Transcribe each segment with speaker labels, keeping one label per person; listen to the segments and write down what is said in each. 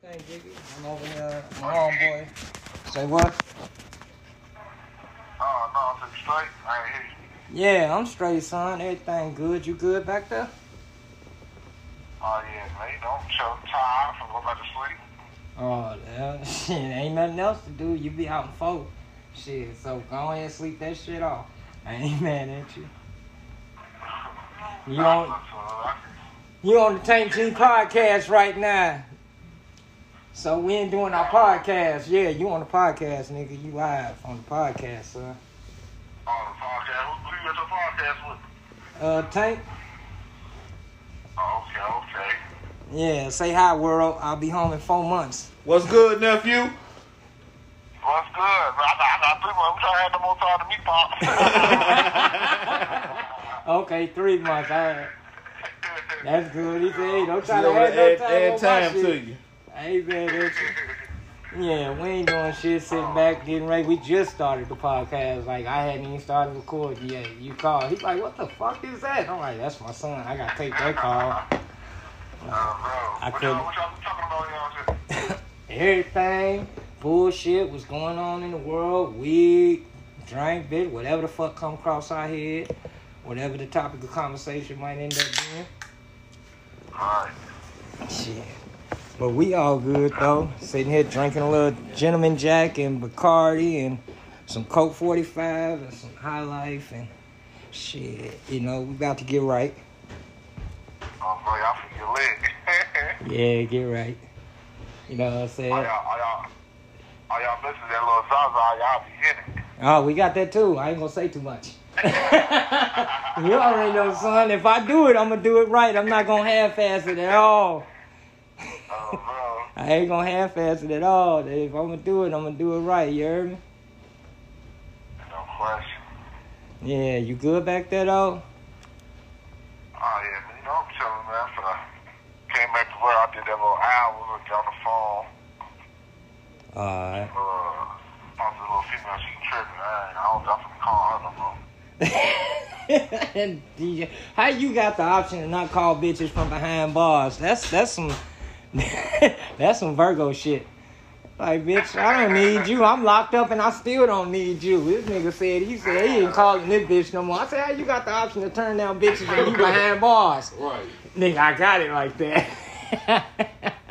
Speaker 1: thing, Jiggy. I'm over here, my homeboy. Say what?
Speaker 2: Oh, no, I'm straight. I ain't hear you.
Speaker 1: Yeah, I'm straight, son. Everything good. You good back there?
Speaker 2: Oh, yeah, man. Don't show time for going back to sleep.
Speaker 1: Oh, yeah. shit, ain't nothing else to do. You be out in folk. Shit, so go ahead and sleep that shit off. I ain't mad at you. You on,
Speaker 2: uh,
Speaker 1: you on the Tank G podcast right now. So we ain't doing our podcast. Yeah, you on the podcast, nigga. You live on the podcast, son.
Speaker 2: On oh, the podcast. Who, who you at the podcast with?
Speaker 1: Uh, Tank?
Speaker 2: Oh, okay, okay.
Speaker 1: Yeah, say hi, world. I'll be home in four months.
Speaker 3: What's good, nephew?
Speaker 2: What's good? I, I, I pretty much wish I had no more time to meet Pop.
Speaker 1: Okay, three months. All right. That's good. He said, hey, don't try
Speaker 3: Add,
Speaker 1: to add no
Speaker 3: add,
Speaker 1: time,
Speaker 3: add
Speaker 1: on
Speaker 3: time
Speaker 1: my
Speaker 3: to
Speaker 1: shit.
Speaker 3: you.
Speaker 1: I ain't mad at you. Yeah, we ain't doing shit, sitting back, getting ready. We just started the podcast. Like, I hadn't even started recording yet. You called. He's like, what the fuck is that? I'm like, that's my son. I gotta take that call.
Speaker 2: Uh, bro.
Speaker 1: I
Speaker 2: what
Speaker 1: couldn't.
Speaker 2: y'all, what y'all talking about, you know what I'm saying?
Speaker 1: Everything, bullshit, what's going on in the world, weed, drink, bitch, whatever the fuck come across our head, whatever the topic of conversation might end up being.
Speaker 2: Alright.
Speaker 1: Shit. But we all good though. Sitting here drinking a little gentleman jack and Bacardi and some Coke 45 and some High Life and shit. You know, we about to get right.
Speaker 2: Oh, bro, y'all for your leg.
Speaker 1: Yeah, get right. You know what I'm
Speaker 2: all y'all,
Speaker 1: saying?
Speaker 2: all y'all, all y'all missing that little Zaza, y'all be hitting. it.
Speaker 1: Oh, we got that too. I ain't gonna say too much. you already know, son. If I do it, I'm gonna do it right. I'm not gonna half-ass it at all.
Speaker 2: Oh, bro.
Speaker 1: I ain't gonna half-ass it at all. If I'm gonna do it, I'm gonna do it right. You heard me?
Speaker 2: No question.
Speaker 1: Yeah, you good back there though?
Speaker 2: Oh yeah, man, you know I'm chilling, man. For the came back to work, I did that little hour with her on the phone.
Speaker 1: Alright.
Speaker 2: Uh, talked to the little female, she tripping. I ain't, I don't, I'm finna call her no more.
Speaker 1: and DJ, how you got the option to not call bitches from behind bars? That's that's some that's some Virgo shit. Like bitch, I don't need you. I'm locked up and I still don't need you. This nigga said he said he ain't calling this bitch no more. I said how you got the option to turn down bitches when you behind bars?
Speaker 3: Right.
Speaker 1: Nigga, I got it like that.
Speaker 2: Damn, I'm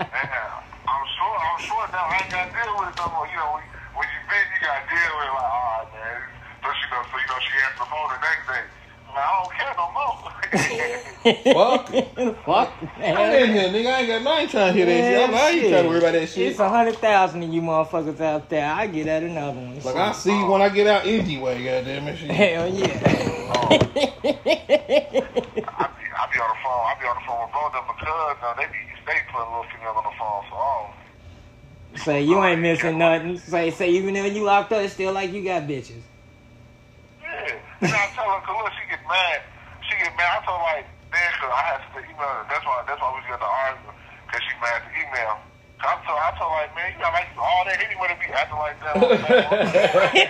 Speaker 2: sure, I'm sure now I ain't gotta deal with it no more. You know, when, when you been, you gotta deal with it. Like, all right, man. So you know, so you know, she answered the phone the next day. Man, I don't care no more.
Speaker 3: Fuck.
Speaker 1: Fuck
Speaker 3: I'm in
Speaker 1: man.
Speaker 3: here, nigga. I ain't got. I ain't trying to hear that shit. I'm, I ain't trying to worry about that shit.
Speaker 1: It's a hundred thousand of you motherfuckers out there. I get at another one.
Speaker 3: like I see you when I get out anyway. Goddamn it. Shit.
Speaker 1: Hell yeah.
Speaker 2: I be, I be on the phone. I be on the phone with both of them because uh, they be, they put a little female on the phone, so I don't.
Speaker 1: say you ain't missing nothing. Say say even though you locked up, it's still like you got bitches.
Speaker 2: Yeah. And I tell her, 'cause look, she get mad. She get mad. I told her, like, man, 'cause I had to email her. That's why, that's why we got the argument, 'cause she mad at the email. 'Cause I told, I told her, like, man, you got like all that anyway to be acting like that. on the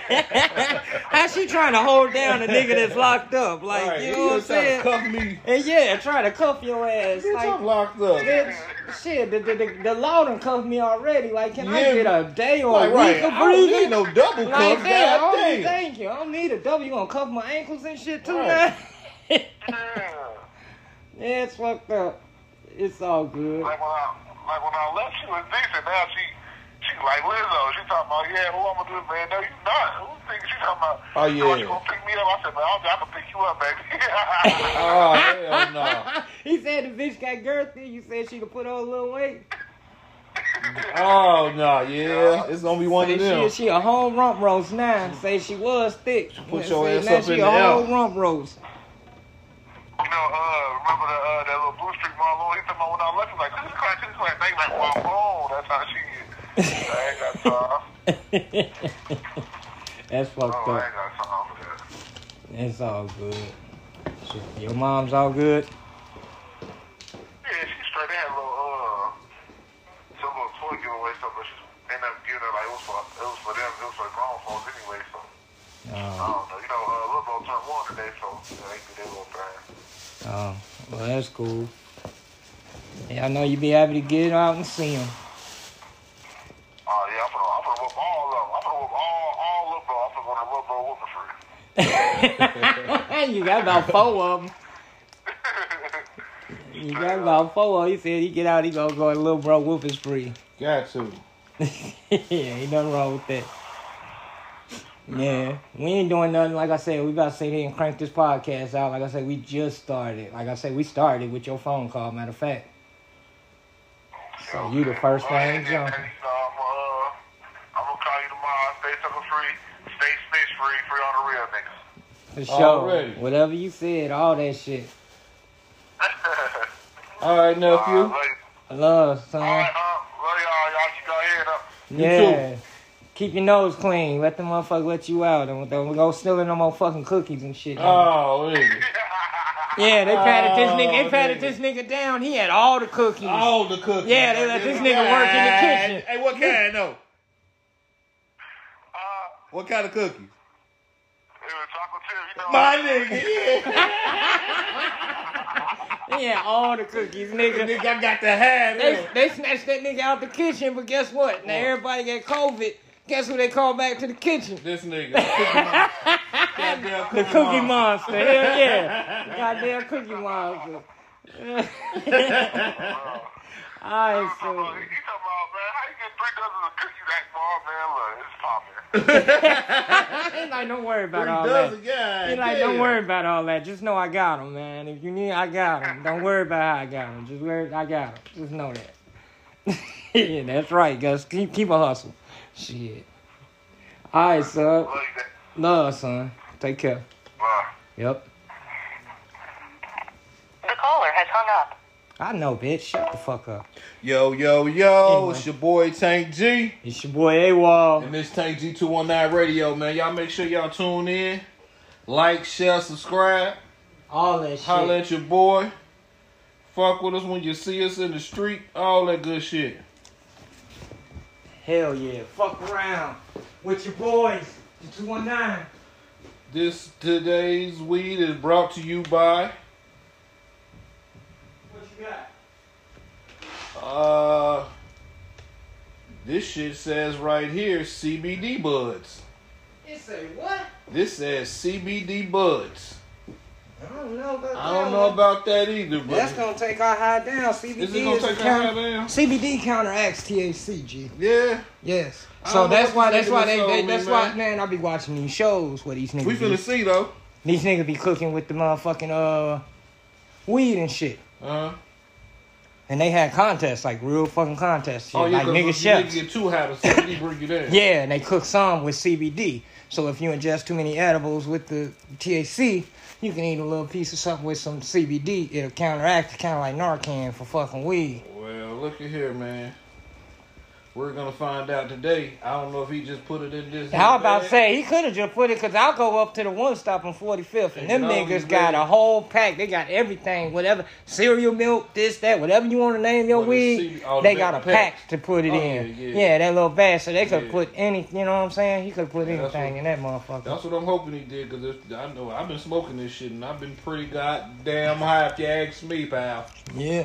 Speaker 2: phone.
Speaker 1: How she trying to hold down a nigga that's locked up? Like
Speaker 3: Right,
Speaker 1: you
Speaker 3: he
Speaker 1: know what I'm
Speaker 3: was trying
Speaker 1: saying?
Speaker 3: to cuff me.
Speaker 1: And yeah, try to cuff your ass.
Speaker 3: Bitch, I'm
Speaker 1: Like
Speaker 3: locked up.
Speaker 1: bitch, shit, the, the, the, the law done cuffed me already. Like can I
Speaker 3: Yeah.
Speaker 1: get a day or
Speaker 3: Like,
Speaker 1: a week
Speaker 3: right.
Speaker 1: of
Speaker 3: I don't need
Speaker 1: breathing?
Speaker 3: no double
Speaker 1: like
Speaker 3: cuff.
Speaker 1: that, I don't need,
Speaker 3: Goddamn.
Speaker 1: thank you. I don't need a double. You gonna cuff my ankles and shit too
Speaker 3: Right.
Speaker 1: now?
Speaker 2: yeah.
Speaker 1: yeah, it's fucked up. It's all good.
Speaker 2: Like, when I, like, when I left, she was decent. Now she, she like Lizzo. She talking about, yeah, who I'm going to do, man? No, you not. Who think she talking about?
Speaker 3: Oh,
Speaker 2: you know,
Speaker 3: yeah.
Speaker 2: You going to pick me up? I said, man, I'm, I can pick you up, baby.
Speaker 3: Oh hell no.
Speaker 1: he said the bitch got girthy. You said she could put on a little weight.
Speaker 3: Oh no, yeah, it's gonna be one
Speaker 1: Say
Speaker 3: of them.
Speaker 1: she, she a whole rump roast now. Say she was thick.
Speaker 3: Hmm. Put
Speaker 1: Say
Speaker 3: your ass
Speaker 1: now
Speaker 3: up
Speaker 1: she
Speaker 3: in
Speaker 1: a
Speaker 3: the air.
Speaker 1: whole rump roast.
Speaker 2: You know, uh, remember the, uh, that little Blue Street Marlon? He talking about when I left, he like, this is crack, this is crack. They like, well, boom, that's how she is. I ain't got time.
Speaker 1: That's fucked
Speaker 2: Oh, I
Speaker 1: up.
Speaker 2: ain't got time for that.
Speaker 1: It's all good. Shit, Your mom's all good.
Speaker 2: Yeah, she straight had a little, uh, some little toy giveaway stuff, but she ended up giving it like, it was for, it was for them, it was for grown folks anyway, so, I
Speaker 1: Oh,
Speaker 2: don't know. You know, uh, Lil Bo turned one today, so, yeah, they do their little thing.
Speaker 1: oh, well, that's cool. Yeah, I know you be happy to get out and see him.
Speaker 2: Oh, whoop all, all little bro. I feel like a little bro whooping for you.
Speaker 1: you got about four of them. You got about four of 'em. He said he get out, he gonna go a little bro whoop is free.
Speaker 4: Got to.
Speaker 1: yeah, ain't nothing wrong with that. Yeah, we ain't doing nothing. Like I said, we about to sit here and crank this podcast out. Like I said, we just started. Like I said, we started with your phone call. Matter of fact, so you the first
Speaker 2: Well,
Speaker 1: one
Speaker 2: and
Speaker 1: to
Speaker 2: then,
Speaker 1: jump.
Speaker 2: and, you know, I'm, uh, I'm gonna call you tomorrow. Stay sucker free. Stay snitch free. Free on the
Speaker 1: For
Speaker 2: real niggas.
Speaker 1: sure.
Speaker 4: Already.
Speaker 1: Whatever you said, all that shit.
Speaker 4: All right,
Speaker 2: Uh, love
Speaker 4: nephew.
Speaker 2: you.
Speaker 1: I love,
Speaker 2: All
Speaker 1: son.
Speaker 2: right, uh, love y'all. Y'all keep y'all head up.
Speaker 4: You
Speaker 1: yeah. Keep your nose clean. Let the motherfucker let you out. Don't, don't go stealing no more fucking cookies and shit.
Speaker 4: Oh, nigga.
Speaker 1: yeah, they patted this nigga. They
Speaker 4: Oh,
Speaker 1: patted
Speaker 4: nigga.
Speaker 1: this nigga down. He had all the cookies.
Speaker 4: All the cookies.
Speaker 1: Yeah, they let this nigga work in the
Speaker 4: Hey,
Speaker 1: kitchen.
Speaker 4: Hey, what kind though?
Speaker 2: Uh,
Speaker 4: What kind of cookies?
Speaker 2: it was chocolate chip. You know,
Speaker 4: My nigga. Yeah.
Speaker 1: He had all the cookies, nigga.
Speaker 4: nigga, I got the hat.
Speaker 1: They, they snatched that nigga out the kitchen, but guess what? Now everybody got COVID. Guess who they called back to the kitchen?
Speaker 4: This nigga. Cookie Goddamn
Speaker 1: The Cookie Monster. Hell yeah. The goddamn Cookie Monster. All right,
Speaker 2: Uh, He talking about,
Speaker 1: so.
Speaker 2: he talking about, man, how you get three dozens of cookies that small, man? Look, it's popping.
Speaker 1: He like, don't worry about all
Speaker 4: Three dozen,
Speaker 1: that.
Speaker 4: God
Speaker 1: He like, don't
Speaker 4: damn.
Speaker 1: worry about all that. Just know I got him, man. If you need, I got him. Don't worry about how I got him. Just worry, I got him. Just know that. yeah, that's right, Gus. Keep, keep a hustle. Shit. All right, son.
Speaker 2: Look at that.
Speaker 1: Love, son. Take care.
Speaker 2: Wow.
Speaker 1: Yep.
Speaker 5: The caller has hung up.
Speaker 1: I know, bitch. Shut the fuck up.
Speaker 4: Yo, yo, yo.
Speaker 1: Anyway.
Speaker 4: It's your boy Tank G.
Speaker 1: It's your boy AWOL.
Speaker 4: And this Tank G219 Radio, man. Y'all make sure y'all tune in. Like, share, subscribe.
Speaker 1: All that shit.
Speaker 4: Holla at your boy. Fuck with us when you see us in the street. All that good shit.
Speaker 1: Hell yeah. Fuck around with your boys. The 219.
Speaker 4: This today's weed is brought to you by
Speaker 1: What you got?
Speaker 4: uh this shit says right here CBD buds.
Speaker 1: It say what?
Speaker 4: This says CBD buds.
Speaker 1: I don't know about
Speaker 4: I
Speaker 1: that
Speaker 4: don't know
Speaker 1: one.
Speaker 4: about that either, but
Speaker 1: That's gonna take our high down. CBD
Speaker 4: is it gonna
Speaker 1: is the
Speaker 4: take
Speaker 1: counter-
Speaker 4: time down?
Speaker 1: CBD counteracts THC, G.
Speaker 4: Yeah,
Speaker 1: Yes.
Speaker 4: I
Speaker 1: So
Speaker 4: don't know
Speaker 1: that's why
Speaker 4: what
Speaker 1: that's
Speaker 4: this nigga
Speaker 1: why
Speaker 4: done
Speaker 1: they,
Speaker 4: sold
Speaker 1: they
Speaker 4: me,
Speaker 1: that's why man I be watching these shows where these niggas
Speaker 4: we
Speaker 1: be.
Speaker 4: finna see though.
Speaker 1: these niggas be cooking with the motherfucking uh weed and shit.
Speaker 4: Uh huh.
Speaker 1: And they had contests, like real fucking contests, shit, like
Speaker 4: 'cause
Speaker 1: nigga
Speaker 4: if
Speaker 1: chefs.
Speaker 4: Oh, You nigga get too high, the CBD bring you down.
Speaker 1: Yeah, and they cook some with CBD. So if you ingest too many edibles with the THC, you can eat a little piece of something with some CBD. It'll counteract, kind of like Narcan for fucking weed.
Speaker 4: Well, look at here, man. We're gonna find out today. I don't know if he just put it in this.
Speaker 1: How about
Speaker 4: bag.
Speaker 1: say he could have just put it? Cause I'll go up to the one stop on 45th, and them
Speaker 4: They can always
Speaker 1: niggas got
Speaker 4: do
Speaker 1: a
Speaker 4: it.
Speaker 1: whole pack. They got everything, whatever cereal milk, this, that, whatever you want to name your
Speaker 4: Well, the
Speaker 1: weed.
Speaker 4: CB all
Speaker 1: They
Speaker 4: the
Speaker 1: got a
Speaker 4: different
Speaker 1: pack
Speaker 4: packs.
Speaker 1: to put it
Speaker 4: Oh,
Speaker 1: in.
Speaker 4: yeah,
Speaker 1: Yeah,
Speaker 4: yeah.
Speaker 1: that little bag. So they could
Speaker 4: Yeah.
Speaker 1: put any. You know what I'm saying? He could put
Speaker 4: Yeah, that's
Speaker 1: anything
Speaker 4: what-
Speaker 1: in that motherfucker.
Speaker 4: That's what I'm hoping he did, cause it's- I know I've been smoking this shit and I've been pretty goddamn high. If you ask me, pal,
Speaker 1: yeah.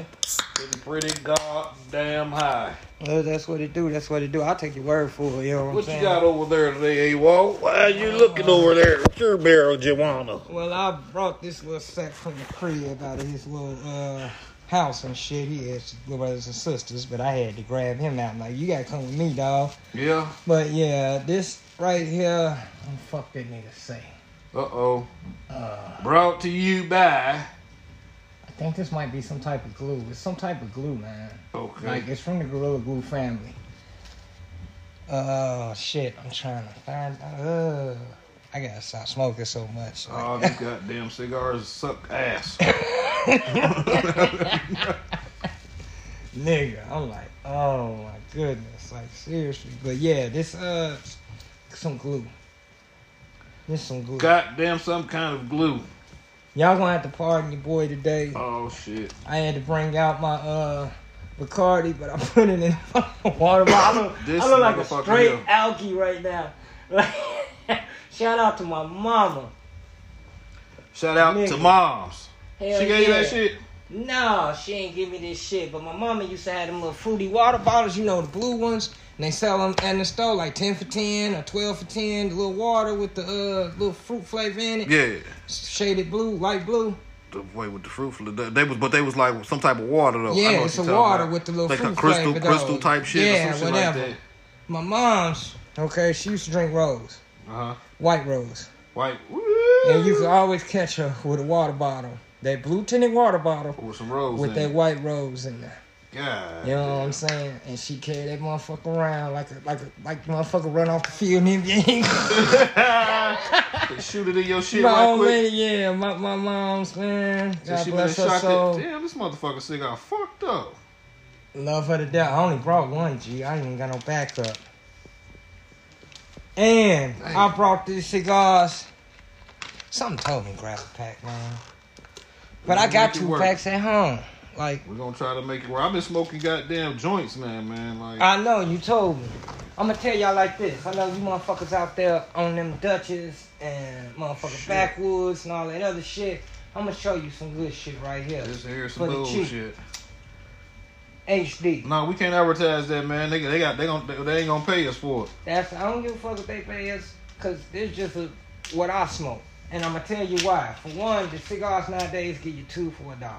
Speaker 4: been pretty goddamn high.
Speaker 1: Well, that's what it do. That's what it do. I'll take your word for it. You know what, I'm
Speaker 4: What you
Speaker 1: saying?
Speaker 4: got over there today, AWOL? Why are you looking over there at your barrel, Joanna?
Speaker 1: Well, I brought this little sack from the crib out of his little uh, house and shit. He has little brothers and sisters, but I had to grab him out. I'm like, you gotta come with me, dog.
Speaker 4: Yeah.
Speaker 1: But yeah, this right here, oh, fuck that nigga say.
Speaker 4: Uh oh.
Speaker 1: Uh,
Speaker 4: Brought to you by.
Speaker 1: I think this might be some type of glue. It's some type of glue, man.
Speaker 4: Okay.
Speaker 1: Like it's from the Gorilla Glue family. Oh shit, I'm trying to find. Uh, I gotta stop smoking so much. Like,
Speaker 4: Oh, these goddamn cigars suck ass.
Speaker 1: nigga. I'm like, oh my goodness, like seriously. But yeah, this uh, some glue. This some glue.
Speaker 4: goddamn, some kind of glue.
Speaker 1: Y'all gonna have to pardon your boy today.
Speaker 4: Oh shit.
Speaker 1: I had to bring out my uh Bacardi, but I put it in a fucking water bottle. I look-
Speaker 4: This
Speaker 1: I look like a
Speaker 4: motherfucker
Speaker 1: straight
Speaker 4: here.
Speaker 1: alky right now. Like, shout out to my mama.
Speaker 4: Shout out
Speaker 1: Nigga.
Speaker 4: to moms.
Speaker 1: Hell
Speaker 4: she gave you
Speaker 1: yeah.
Speaker 4: that shit.
Speaker 1: No, she ain't give me this shit. But my mama used to have them little fruity water bottles, you know, the blue ones. And they sell them at the store like 10 for 10 or 12 for 10. The little water with the uh, little fruit flavor in it.
Speaker 4: Yeah,
Speaker 1: Shaded blue, light blue.
Speaker 4: the way with the fruit. fl- They they was, but they was like some type of water though. I know
Speaker 1: Yeah,
Speaker 4: what
Speaker 1: it's
Speaker 4: you're
Speaker 1: a
Speaker 4: talking
Speaker 1: water
Speaker 4: about.
Speaker 1: with the little
Speaker 4: like
Speaker 1: fruit
Speaker 4: a crystal,
Speaker 1: flavor,
Speaker 4: crystal
Speaker 1: though.
Speaker 4: type shit.
Speaker 1: Yeah,
Speaker 4: or some shit
Speaker 1: whatever.
Speaker 4: Like
Speaker 1: My mom's, okay, she used to drink rose,
Speaker 3: Uh huh.
Speaker 1: white rose.
Speaker 3: Like,
Speaker 1: And you could always catch her with a water bottle. That blue tinted water bottle
Speaker 3: with some rose.
Speaker 1: with that
Speaker 3: in
Speaker 1: white rose in there.
Speaker 3: it. God.
Speaker 1: You know what I'm saying? And she carried that motherfucker around like a like a like the motherfucker run off the field in the NBA.
Speaker 3: They shoot it in your shit
Speaker 1: my
Speaker 3: right
Speaker 1: old
Speaker 3: quick.
Speaker 1: lady, yeah, my, my mom's man.
Speaker 3: So
Speaker 1: God
Speaker 3: she been
Speaker 1: bless her
Speaker 3: shocked that,
Speaker 1: soul.
Speaker 3: damn, this motherfucker still got fucked up.
Speaker 1: Love her to death. I only brought one G. I ain't even got no backup. And I brought these cigars. Something told me grab a pack, man. But I
Speaker 3: Make
Speaker 1: got
Speaker 3: it
Speaker 1: two
Speaker 3: work.
Speaker 1: packs at home. Like
Speaker 3: We're gonna try to make it where I've been smoking goddamn joints, man, man. Like,
Speaker 1: I know you told me. I'm gonna tell y'all like this. I know you motherfuckers out there on them Dutches and motherfucking backwoods and all that other shit. I'm gonna show you some good shit right here.
Speaker 3: this here's
Speaker 1: for
Speaker 3: some
Speaker 1: the
Speaker 3: bullshit.
Speaker 1: HD.
Speaker 3: No, we can't advertise that, man. They, they got they gon' they, they ain't gonna pay us for it.
Speaker 1: That's I don't give a fuck if they pay us, cause this just a, what I smoke, and I'm gonna tell you why. For one, the cigars nowadays get you two for a dollar,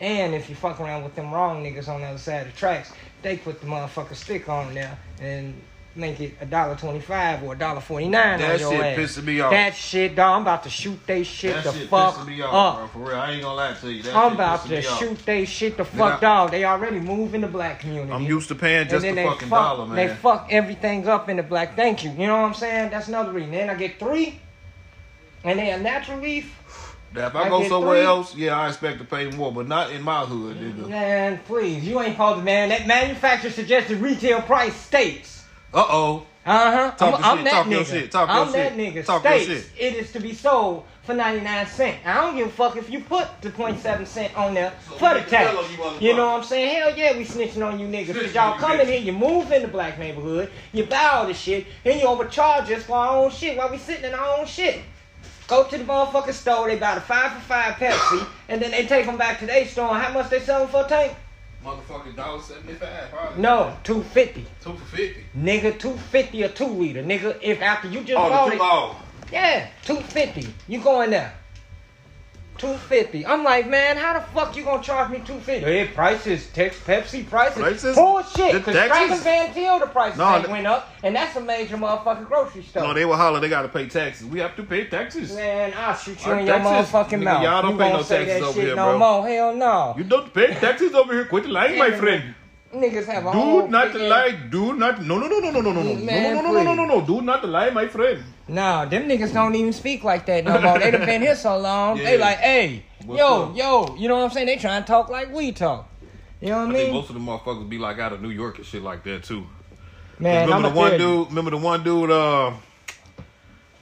Speaker 1: and if you fuck around with them wrong niggas on the other side of the tracks, they put the motherfucker stick on there and make it a dollar twenty five or a dollar forty nine.
Speaker 4: That
Speaker 1: on your
Speaker 4: shit
Speaker 1: ass.
Speaker 4: pissing me off.
Speaker 1: That shit, dog. I'm about to shoot they shit
Speaker 3: That
Speaker 1: the
Speaker 3: shit
Speaker 1: fuck
Speaker 3: pissing me off,
Speaker 1: up.
Speaker 3: bro. For real, I ain't gonna lie to you. That
Speaker 1: I'm
Speaker 3: shit
Speaker 1: about
Speaker 3: pissing
Speaker 1: to
Speaker 3: me off.
Speaker 1: shoot they shit the
Speaker 3: Nigga,
Speaker 1: fuck dog. They already move in the black community.
Speaker 4: I'm used to paying just a fucking
Speaker 1: fuck,
Speaker 4: dollar, man.
Speaker 1: They fuck everything up in the black. Thank you. You know what I'm saying? That's another reason. Then I get three, and they a natural leaf.
Speaker 3: Now, if I,
Speaker 1: I
Speaker 3: go
Speaker 1: get
Speaker 3: somewhere
Speaker 1: three.
Speaker 3: else, yeah, I expect to pay more, but not in my hood, nigga.
Speaker 1: Man, please, you ain't supposed to, man. That manufacturer suggested retail price states.
Speaker 4: Uh oh.
Speaker 1: Uh huh. I'm,
Speaker 4: Talk your
Speaker 1: I'm
Speaker 4: shit,
Speaker 1: that
Speaker 4: talk
Speaker 1: nigga.
Speaker 4: your shit, talk your
Speaker 1: I'm that
Speaker 4: shit,
Speaker 1: nigga.
Speaker 4: talk your
Speaker 1: states it is to be sold for 99 cent. I don't give a fuck if you put the 0.7 cent on there for the
Speaker 4: make a
Speaker 1: tax.
Speaker 4: bill of you motherfuckers.
Speaker 1: You know what I'm saying? Hell yeah, we snitching on you niggas. Cause
Speaker 4: Snitching
Speaker 1: y'all
Speaker 4: on you
Speaker 1: come in
Speaker 4: bitches.
Speaker 1: here, you move in the black neighborhood, you buy all this shit, and you overcharge us for our own shit while we sitting in our own shit. Go to the motherfucking store, they buy the 5 for 5 Pepsi, and then they take them back to their store. and How much they selling for a tank?
Speaker 3: Motherfucking dollar seventy five, probably.
Speaker 1: No, 250
Speaker 3: Two for fifty.
Speaker 1: Nigga, 250 a 2 liter. Nigga, if after you just
Speaker 3: Oh,
Speaker 1: bought
Speaker 3: the
Speaker 1: it.
Speaker 3: two oh.
Speaker 1: Yeah, two fifty. You going there? Two fifty. I'm like, man, how the fuck you gonna charge me two fifty? Hey, prices, Tex Pepsi prices.
Speaker 4: Prices? The
Speaker 1: Bullshit. Cause
Speaker 4: taxes?
Speaker 1: Franklin Van Til the prices
Speaker 4: No,
Speaker 1: ain't
Speaker 4: the-
Speaker 1: went up, and that's a major motherfucking grocery store.
Speaker 4: No, they were holler. They gotta pay taxes. We have to pay taxes.
Speaker 1: Man, I'll shoot you
Speaker 4: Our
Speaker 1: in your
Speaker 4: taxes?
Speaker 1: motherfucking
Speaker 4: Uh, Nigga,
Speaker 1: mouth.
Speaker 4: y'all don't
Speaker 1: you
Speaker 4: pay
Speaker 1: won't
Speaker 4: no
Speaker 1: say
Speaker 4: taxes
Speaker 1: that
Speaker 4: over
Speaker 1: shit
Speaker 4: here,
Speaker 1: no
Speaker 4: bro.
Speaker 1: more. Hell no.
Speaker 4: You don't pay taxes over here. Quit lying, my
Speaker 1: Yeah.
Speaker 4: friend.
Speaker 1: Niggas have a whole.
Speaker 4: Do not
Speaker 1: freaking-
Speaker 4: lie. Do not. No, no, no, no, no, no, no, no, no,
Speaker 1: Man,
Speaker 4: no, no, no, no, no, no. Do not lie, my friend.
Speaker 1: Nah, them niggas don't even speak like that no more. they done been here so long. They
Speaker 3: Yeah.
Speaker 1: like, hey,
Speaker 3: What's
Speaker 1: yo,
Speaker 3: up?
Speaker 1: yo. You know what I'm saying? They trying to talk like we talk. You know what I
Speaker 4: I
Speaker 1: mean?
Speaker 4: think most of the motherfuckers be like out of New York and shit like that too.
Speaker 1: Man, I'ma
Speaker 4: remember the one
Speaker 1: tell you.
Speaker 4: dude? Remember the one dude? Uh,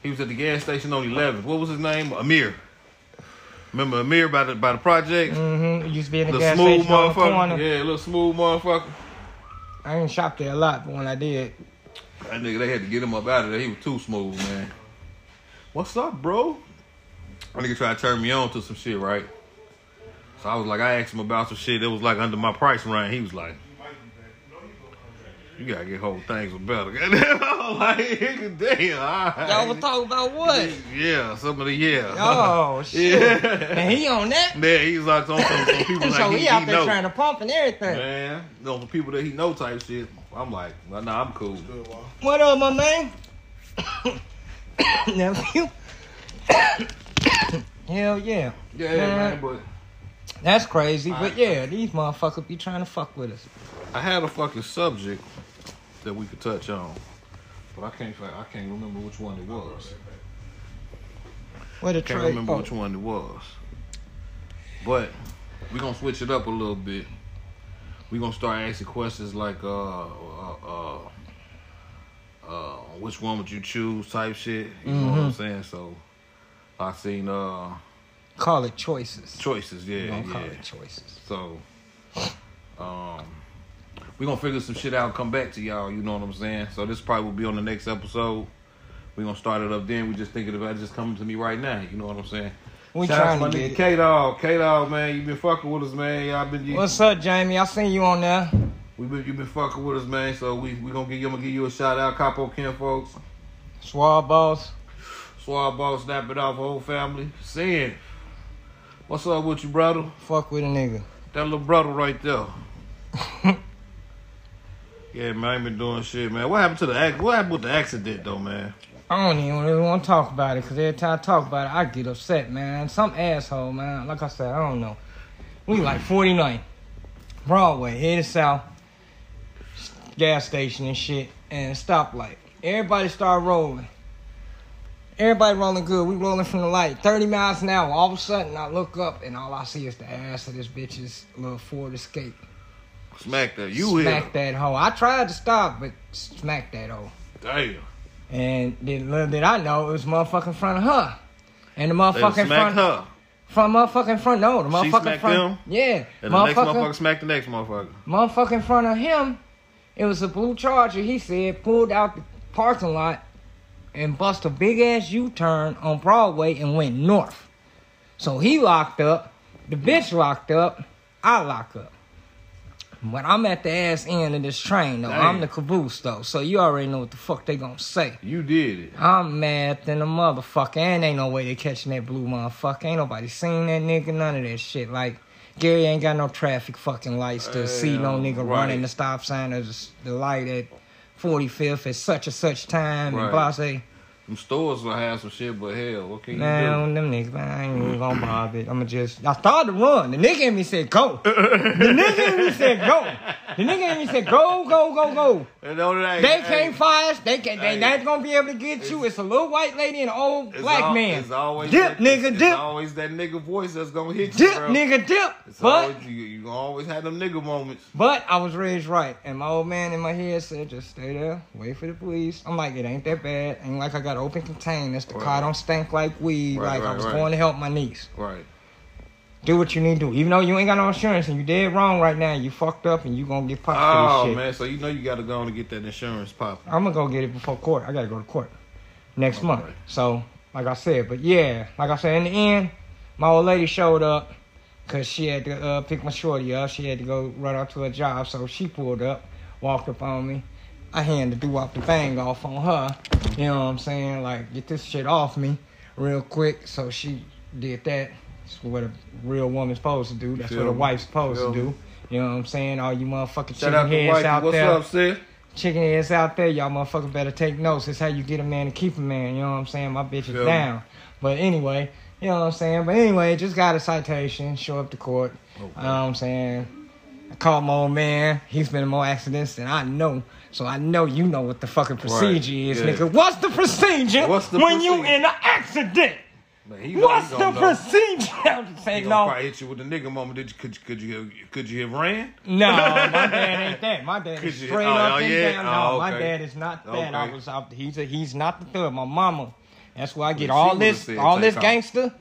Speaker 4: he was at the gas station on 11th. What was his name? Amir. Remember Amir by the by the project?
Speaker 1: Mm-hmm. Used to be in the,
Speaker 4: The
Speaker 1: gas
Speaker 4: smooth
Speaker 1: station on the
Speaker 4: motherfucker.
Speaker 1: corner.
Speaker 4: Yeah, little smooth motherfucker.
Speaker 1: I ain't shop there a lot, but when I did,
Speaker 4: That nigga, they had to get him up out of there. He was too smooth, man. What's up, bro? That nigga tried to turn me on to some shit, right? So I was like, I asked him about some shit that was like under my price range. He was like, You gotta get whole things or better. Goddamn, I was like, damn, all
Speaker 1: y'all was
Speaker 4: right.
Speaker 1: talking about what?
Speaker 4: Yeah, some of the yeah.
Speaker 1: Oh shit!
Speaker 4: yeah.
Speaker 1: And he on that,
Speaker 4: Yeah, he's like on some, some people like
Speaker 1: so
Speaker 4: he,
Speaker 1: he out
Speaker 4: he
Speaker 1: there
Speaker 4: know.
Speaker 1: trying to pump and everything.
Speaker 4: Man, you know, some people that he know type shit. I'm like, nah, nah I'm cool.
Speaker 1: What up, my man? Nephew. Hell yeah,
Speaker 3: Yeah,
Speaker 1: Man.
Speaker 3: man. But
Speaker 1: that's crazy. But yeah, these motherfuckers be trying to fuck with us.
Speaker 4: I had a fucking subject that we could touch on.
Speaker 3: but I can't fi- I can't remember which one it was.
Speaker 1: What a
Speaker 4: Can't
Speaker 1: trade.
Speaker 4: remember
Speaker 1: oh.
Speaker 4: which one it was. But we're gonna switch it up a little bit. We're gonna start asking questions like uh uh uh, uh which one would you choose type shit. You know what I'm
Speaker 1: Mm-hmm.
Speaker 4: saying? So I seen uh
Speaker 1: Call it choices.
Speaker 4: choices, yeah.
Speaker 1: Don't call
Speaker 4: yeah.
Speaker 1: it choices.
Speaker 4: So um we're gonna figure some shit out and come back to y'all, you know what I'm saying? So this probably will be on the next episode. We're gonna start it up then. We just thinking about it just coming to me right now, you know what I'm saying?
Speaker 1: We
Speaker 4: Shout out to
Speaker 1: trying
Speaker 4: my
Speaker 1: to get
Speaker 4: nigga
Speaker 1: it.
Speaker 4: K Dog. K Dog, man, you been fucking with us, man. Y'all been you,
Speaker 1: What's up, Jamie? I seen you on there.
Speaker 4: we been you been fucking with us, man. So we we gonna give you I'm gonna give you a shout out, Capo Ken folks.
Speaker 1: Swab boss.
Speaker 4: Swab ball, snap it off, whole family. Sin. What's up with you, brother?
Speaker 1: Fuck with a nigga.
Speaker 4: That little brother right there. yeah, man, I ain't been doing shit, man. What happened to the ac- what happened with the accident though, man?
Speaker 1: I don't even really want to talk about it because every time I talk about it, I get upset, man. Some asshole, man. Like I said, I don't know. We like 49, Broadway, headed south, gas station and shit, and stoplight. Everybody start rolling. Everybody rolling good. We rolling from the light, 30 miles an hour. All of a sudden, I look up and all I see is the ass of this bitch's little Ford Escape.
Speaker 4: Smack that. You
Speaker 1: smack
Speaker 4: hit.
Speaker 1: that hoe. I tried to stop, but smack that hoe.
Speaker 4: Damn.
Speaker 1: And then little did I know it was motherfucking in front of her. And the
Speaker 4: They
Speaker 1: motherfucking front
Speaker 4: smacked her.
Speaker 1: from motherfucking in front no, the motherfucking
Speaker 4: smacked
Speaker 1: front.
Speaker 4: him?
Speaker 1: Yeah.
Speaker 4: And the next
Speaker 1: motherfucker
Speaker 4: motherfucker smacked the next motherfucker.
Speaker 1: motherfucker in front of him, it was a blue charger, he said, pulled out the parking lot and bust a big ass U turn on Broadway and went north. So he locked up, the bitch locked up, I lock up. But I'm at the ass end of this train though. I'm
Speaker 4: Damn.
Speaker 1: the caboose though, so you already know what the fuck they gonna say.
Speaker 4: You did it.
Speaker 1: I'm mad than a motherfucker, and ain't no way they catching that blue motherfucker. Ain't nobody seen that nigga, none of that shit. Like, Gary ain't got no traffic fucking lights to see no
Speaker 4: Damn,
Speaker 1: nigga
Speaker 4: right.
Speaker 1: running the stop sign or the, the light at 45th at such and such time and
Speaker 4: Right.
Speaker 1: blase.
Speaker 4: Them stores will have some shit, but hell, what can you
Speaker 1: Man, them niggas, man, I ain't even gonna bother it. I'ma just, I started to run. The nigga in me said, go. The nigga in me said, go. The nigga in me said, go, go, go, go.
Speaker 4: do? And all that-
Speaker 1: They
Speaker 4: hey,
Speaker 1: can't fight us. They can. They
Speaker 4: Hey.
Speaker 1: not gonna be able to get you. It's a little white lady and an old
Speaker 4: it's
Speaker 1: black
Speaker 4: al-
Speaker 1: man.
Speaker 4: It's always
Speaker 1: Dip,
Speaker 4: that,
Speaker 1: nigga,
Speaker 4: it's
Speaker 1: dip.
Speaker 4: always that nigga voice that's gonna hit you,
Speaker 1: dip,
Speaker 4: bro.
Speaker 1: nigga, dip.
Speaker 4: It's
Speaker 1: but
Speaker 4: always, you, you always had them nigga moments.
Speaker 1: but I was raised right, and my old man in my head said, "Just stay there, wait for the police." I'm like, it ain't that bad. Ain't like I got open containers. The car
Speaker 4: Right.
Speaker 1: don't stink like weed.
Speaker 4: Right,
Speaker 1: like I
Speaker 4: right,
Speaker 1: was
Speaker 4: right.
Speaker 1: going to help my niece.
Speaker 4: Right.
Speaker 1: Do what you need to do, even though you ain't got no insurance and you dead wrong right now. You fucked up and you gonna get popped for
Speaker 4: Oh
Speaker 1: this shit.
Speaker 4: man, so you know you gotta go on and get that insurance popping.
Speaker 1: I'm gonna go get it before court. I gotta go to court next month.
Speaker 4: Alright.
Speaker 1: So, like I said, but yeah, like I said, in the end, my old lady showed up because she had to uh, pick my shorty up. She had to go run out to her job, so she pulled up, walked up on me. I had to do wop the bang off on her. You know what I'm saying? Like, get this shit off me real quick. So she did that. It's what a real woman's supposed to do. That's
Speaker 4: Feel
Speaker 1: what a
Speaker 4: me?
Speaker 1: wife's supposed
Speaker 4: Feel
Speaker 1: to
Speaker 4: me?
Speaker 1: do. You know what I'm saying? All you motherfucking
Speaker 4: Shout
Speaker 1: chicken
Speaker 4: out to
Speaker 1: heads
Speaker 4: Whitey.
Speaker 1: out
Speaker 4: What's
Speaker 1: there
Speaker 4: up, sis?
Speaker 1: chicken ass out there, y'all motherfucker better take notes. It's how you get a man to keep a man, you know what I'm saying? My bitch is
Speaker 4: Feel me.
Speaker 1: down. But anyway, you know what I'm saying? But anyway, just got a citation, show up to court.
Speaker 4: Oh,
Speaker 1: You know what I'm saying? I called my old man. He's been in more accidents than I know. So I know you know what the fucking procedure is,
Speaker 4: yeah.
Speaker 1: nigga. What's the procedure
Speaker 4: What's the
Speaker 1: when you
Speaker 4: procedure?
Speaker 1: in an accident?
Speaker 4: Man, he- he
Speaker 1: What's
Speaker 4: gonna
Speaker 1: the
Speaker 4: know.
Speaker 1: procedure? I'm
Speaker 4: He
Speaker 1: saying
Speaker 4: gonna
Speaker 1: no.
Speaker 4: probably hit you with the nigga moment. Did you could you could you have, could you have ran?
Speaker 1: No, my dad ain't that. My dad
Speaker 4: Could
Speaker 1: is
Speaker 4: you-
Speaker 1: straight
Speaker 4: oh,
Speaker 1: up
Speaker 4: oh,
Speaker 1: and
Speaker 4: yeah?
Speaker 1: down.
Speaker 4: Oh,
Speaker 1: No, my
Speaker 4: okay.
Speaker 1: dad is not that. I
Speaker 4: Okay.
Speaker 1: was out. He's a, he's not the thug. My mama. That's why I get
Speaker 4: Well, she
Speaker 1: all
Speaker 4: would've
Speaker 1: this
Speaker 4: said
Speaker 1: all
Speaker 4: take
Speaker 1: this
Speaker 4: off.
Speaker 1: gangster.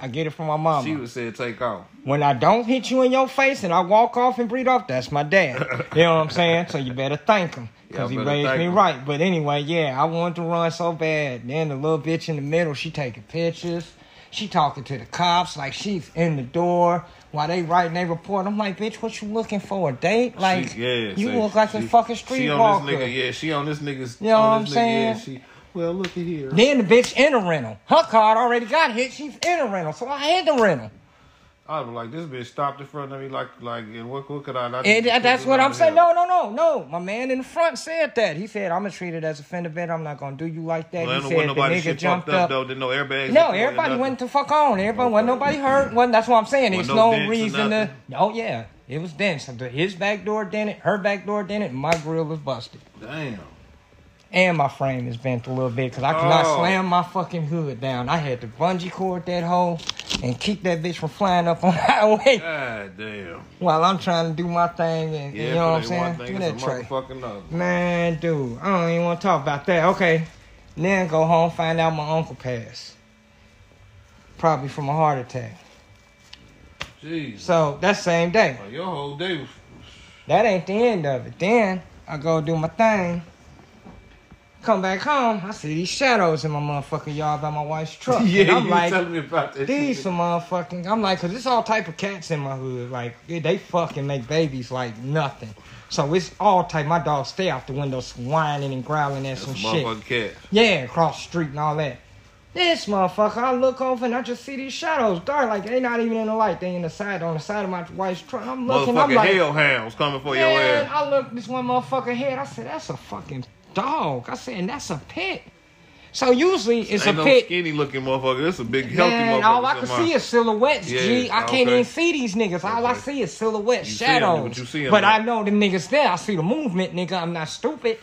Speaker 1: I get it from my
Speaker 4: She
Speaker 1: mama.
Speaker 4: would said take off.
Speaker 1: when I don't hit you in your face and I walk off and breathe off, that's my dad. you know what I'm saying? So you better thank him because
Speaker 4: Y'all
Speaker 1: he
Speaker 4: better
Speaker 1: raised
Speaker 4: thank
Speaker 1: me
Speaker 4: him.
Speaker 1: right. But anyway, yeah, I wanted to run so bad. Then the little bitch in the middle, she taking pictures. She talking to the cops like she's in the door while they writing their report. I'm like, bitch, what you looking for? A date? Like,
Speaker 4: She- yeah,
Speaker 1: you
Speaker 4: so
Speaker 1: look like a
Speaker 4: she-
Speaker 1: fucking
Speaker 4: She
Speaker 1: streetwalker.
Speaker 4: on this nigga. Yeah, she on this nigga's.
Speaker 1: You know
Speaker 4: on
Speaker 1: what I'm
Speaker 4: this nigga,
Speaker 1: saying?
Speaker 4: Yeah, she. Well, look at here.
Speaker 1: Then the bitch in a rental. Her card already got hit. She's in a rental, so I had the rental.
Speaker 4: I was like, this bitch stopped in front of me like like. And what what could I not?
Speaker 1: And
Speaker 4: do?
Speaker 1: that- that's what I'm
Speaker 4: Get
Speaker 1: saying.
Speaker 4: out
Speaker 1: No, no, no, no. My man in the front said that. He said, I'm going to treat it as a fender bender. I'm not going to do you like that.
Speaker 4: of here.
Speaker 1: he
Speaker 4: Well, ain't
Speaker 1: said, the
Speaker 4: nobody
Speaker 1: nigga
Speaker 4: shit
Speaker 1: jumped
Speaker 4: fucked up,
Speaker 1: up.
Speaker 4: though. Didn't know
Speaker 1: No,
Speaker 4: airbags. deployed or
Speaker 1: everybody
Speaker 4: nothing.
Speaker 1: went to fuck on. Everybody, wasn't
Speaker 4: Okay.
Speaker 1: nobody hurt. Wasn't, that's what I'm saying. There's
Speaker 4: Wasn't
Speaker 1: no,
Speaker 4: no dents or
Speaker 1: reason to.
Speaker 4: nothing.
Speaker 1: Oh, yeah. It was dense. His back door dented, her back door dented, my grill was busted.
Speaker 4: Damn.
Speaker 1: And my frame is bent a little bit because I could not
Speaker 4: Oh.
Speaker 1: slam my fucking hood down. I had to bungee cord that hole and keep that bitch from flying up on the highway
Speaker 4: God damn.
Speaker 1: while I'm trying to do my thing. And,
Speaker 4: Yeah,
Speaker 1: you know what I'm
Speaker 4: if it ain't
Speaker 1: saying?
Speaker 4: One
Speaker 1: Do
Speaker 4: thing,
Speaker 1: that
Speaker 4: it's a
Speaker 1: tray.
Speaker 4: motherfucking other.
Speaker 1: Man, dude, I don't even want to talk about that. Okay, then go home, find out my uncle passed. Probably from a heart attack.
Speaker 4: Jeez.
Speaker 1: So that same day.
Speaker 4: Well, Your whole day was
Speaker 1: That ain't the end of it. Then I go do my thing. Come back home, I see these shadows in my motherfucking yard by my wife's truck. And
Speaker 3: yeah,
Speaker 1: I'm
Speaker 3: you
Speaker 1: like,
Speaker 3: telling me about that.
Speaker 1: these
Speaker 3: shit.
Speaker 1: some motherfucking. I'm like, cause it's all type of cats in my hood. Like they- they fucking make babies like nothing. So it's all type. My dog stay out the window whining and growling at
Speaker 4: That's
Speaker 1: some
Speaker 4: a
Speaker 1: shit.
Speaker 4: motherfucking cat.
Speaker 1: Yeah, across the street and all that. This motherfucker, I look over and I just see these shadows dark. Like they not even in the light. They in the side on the side of my wife's truck. I'm looking. I'm
Speaker 4: Motherfucking
Speaker 1: like,
Speaker 4: hellhounds coming for your
Speaker 1: Man,
Speaker 4: ass.
Speaker 1: I looked this one motherfucker head. I said, that's a fucking dog. I said, and that's a pit. So usually it's
Speaker 4: Ain't
Speaker 1: a
Speaker 4: no
Speaker 1: pit.
Speaker 4: skinny looking motherfucker. This a big healthy
Speaker 1: Man,
Speaker 4: motherfucker.
Speaker 1: all I can
Speaker 4: somehow.
Speaker 1: see is silhouettes, G.
Speaker 4: Yeah,
Speaker 1: I can't
Speaker 4: okay.
Speaker 1: even see these niggas. All I
Speaker 4: Okay.
Speaker 1: see is silhouettes,
Speaker 4: You see 'em,
Speaker 1: shadows.
Speaker 4: but you see 'em,
Speaker 1: But
Speaker 4: though.
Speaker 1: I know the niggas there. I see the movement, nigga. I'm not stupid.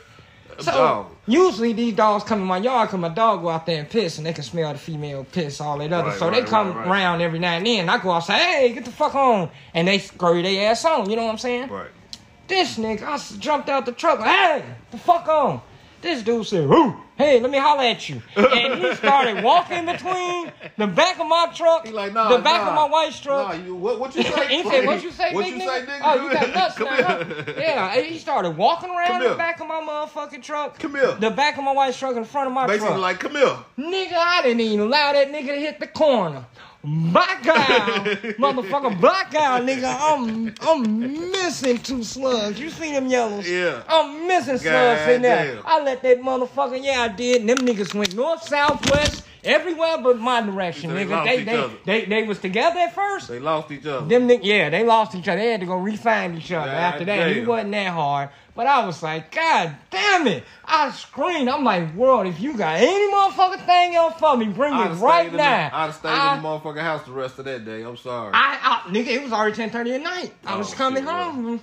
Speaker 1: So
Speaker 4: Uh, dog.
Speaker 1: usually these dogs come in my yard because my dog go out there and piss and they can smell the female piss, all that other.
Speaker 4: Right,
Speaker 1: so they
Speaker 4: right,
Speaker 1: come
Speaker 4: right, right.
Speaker 1: around every now and then. I go outside, hey, get the fuck on, and they scurry their ass on. You know what I'm saying?
Speaker 4: Right.
Speaker 1: This nigga, I s- jumped out the truck. Like, hey, the fuck on. This dude said, "Who? Hey, let me holler at you." And he started walking between the back of my truck,
Speaker 3: He like, nah,
Speaker 1: the back
Speaker 3: nah,
Speaker 1: of my wife's truck.
Speaker 3: Nah, you, what, what you say?
Speaker 1: he said, "What you say,
Speaker 4: What
Speaker 1: big
Speaker 4: you
Speaker 1: nigga?
Speaker 4: say, nigga?
Speaker 1: Oh, you got nuts
Speaker 4: Come
Speaker 1: now,
Speaker 4: here.
Speaker 1: huh? Yeah, and he started walking around
Speaker 4: Come
Speaker 1: the
Speaker 4: here.
Speaker 1: back of my motherfucking truck,
Speaker 4: Come here.
Speaker 1: the back of my wife's truck, in front of my
Speaker 4: Basically,
Speaker 1: truck.
Speaker 4: like, come here.
Speaker 1: Nigga, I didn't even allow that nigga to hit the corner. Black out, motherfucker, black out, nigga. I'm I'm missing two slugs. You see them yellows?
Speaker 4: Yeah.
Speaker 1: I'm missing slugs in there.
Speaker 4: Goddamn.
Speaker 1: I let that motherfucker. Yeah, I did. And them niggas went north, south, west, everywhere but my direction,
Speaker 4: So they
Speaker 1: nigga.
Speaker 4: lost
Speaker 1: They
Speaker 4: each
Speaker 1: they,
Speaker 4: other.
Speaker 1: they they was together at first.
Speaker 4: They lost each other.
Speaker 1: Them niggas, yeah, they lost each other. They had to go re-find each other
Speaker 4: God
Speaker 1: after that. It
Speaker 4: damn.
Speaker 1: wasn't that hard. But I was like, God damn it. I screamed. I'm like, world, if you got any motherfucking thing else for me, bring
Speaker 4: I'd
Speaker 1: it
Speaker 4: have stayed
Speaker 1: right
Speaker 4: in the-
Speaker 1: now.
Speaker 4: I'd have stayed
Speaker 1: I-
Speaker 4: in the motherfucking house the rest of that day. I'm sorry.
Speaker 1: I, I, nigga, it was already 10.30 at night. I
Speaker 4: Oh,
Speaker 1: was coming
Speaker 4: shit,
Speaker 1: home from,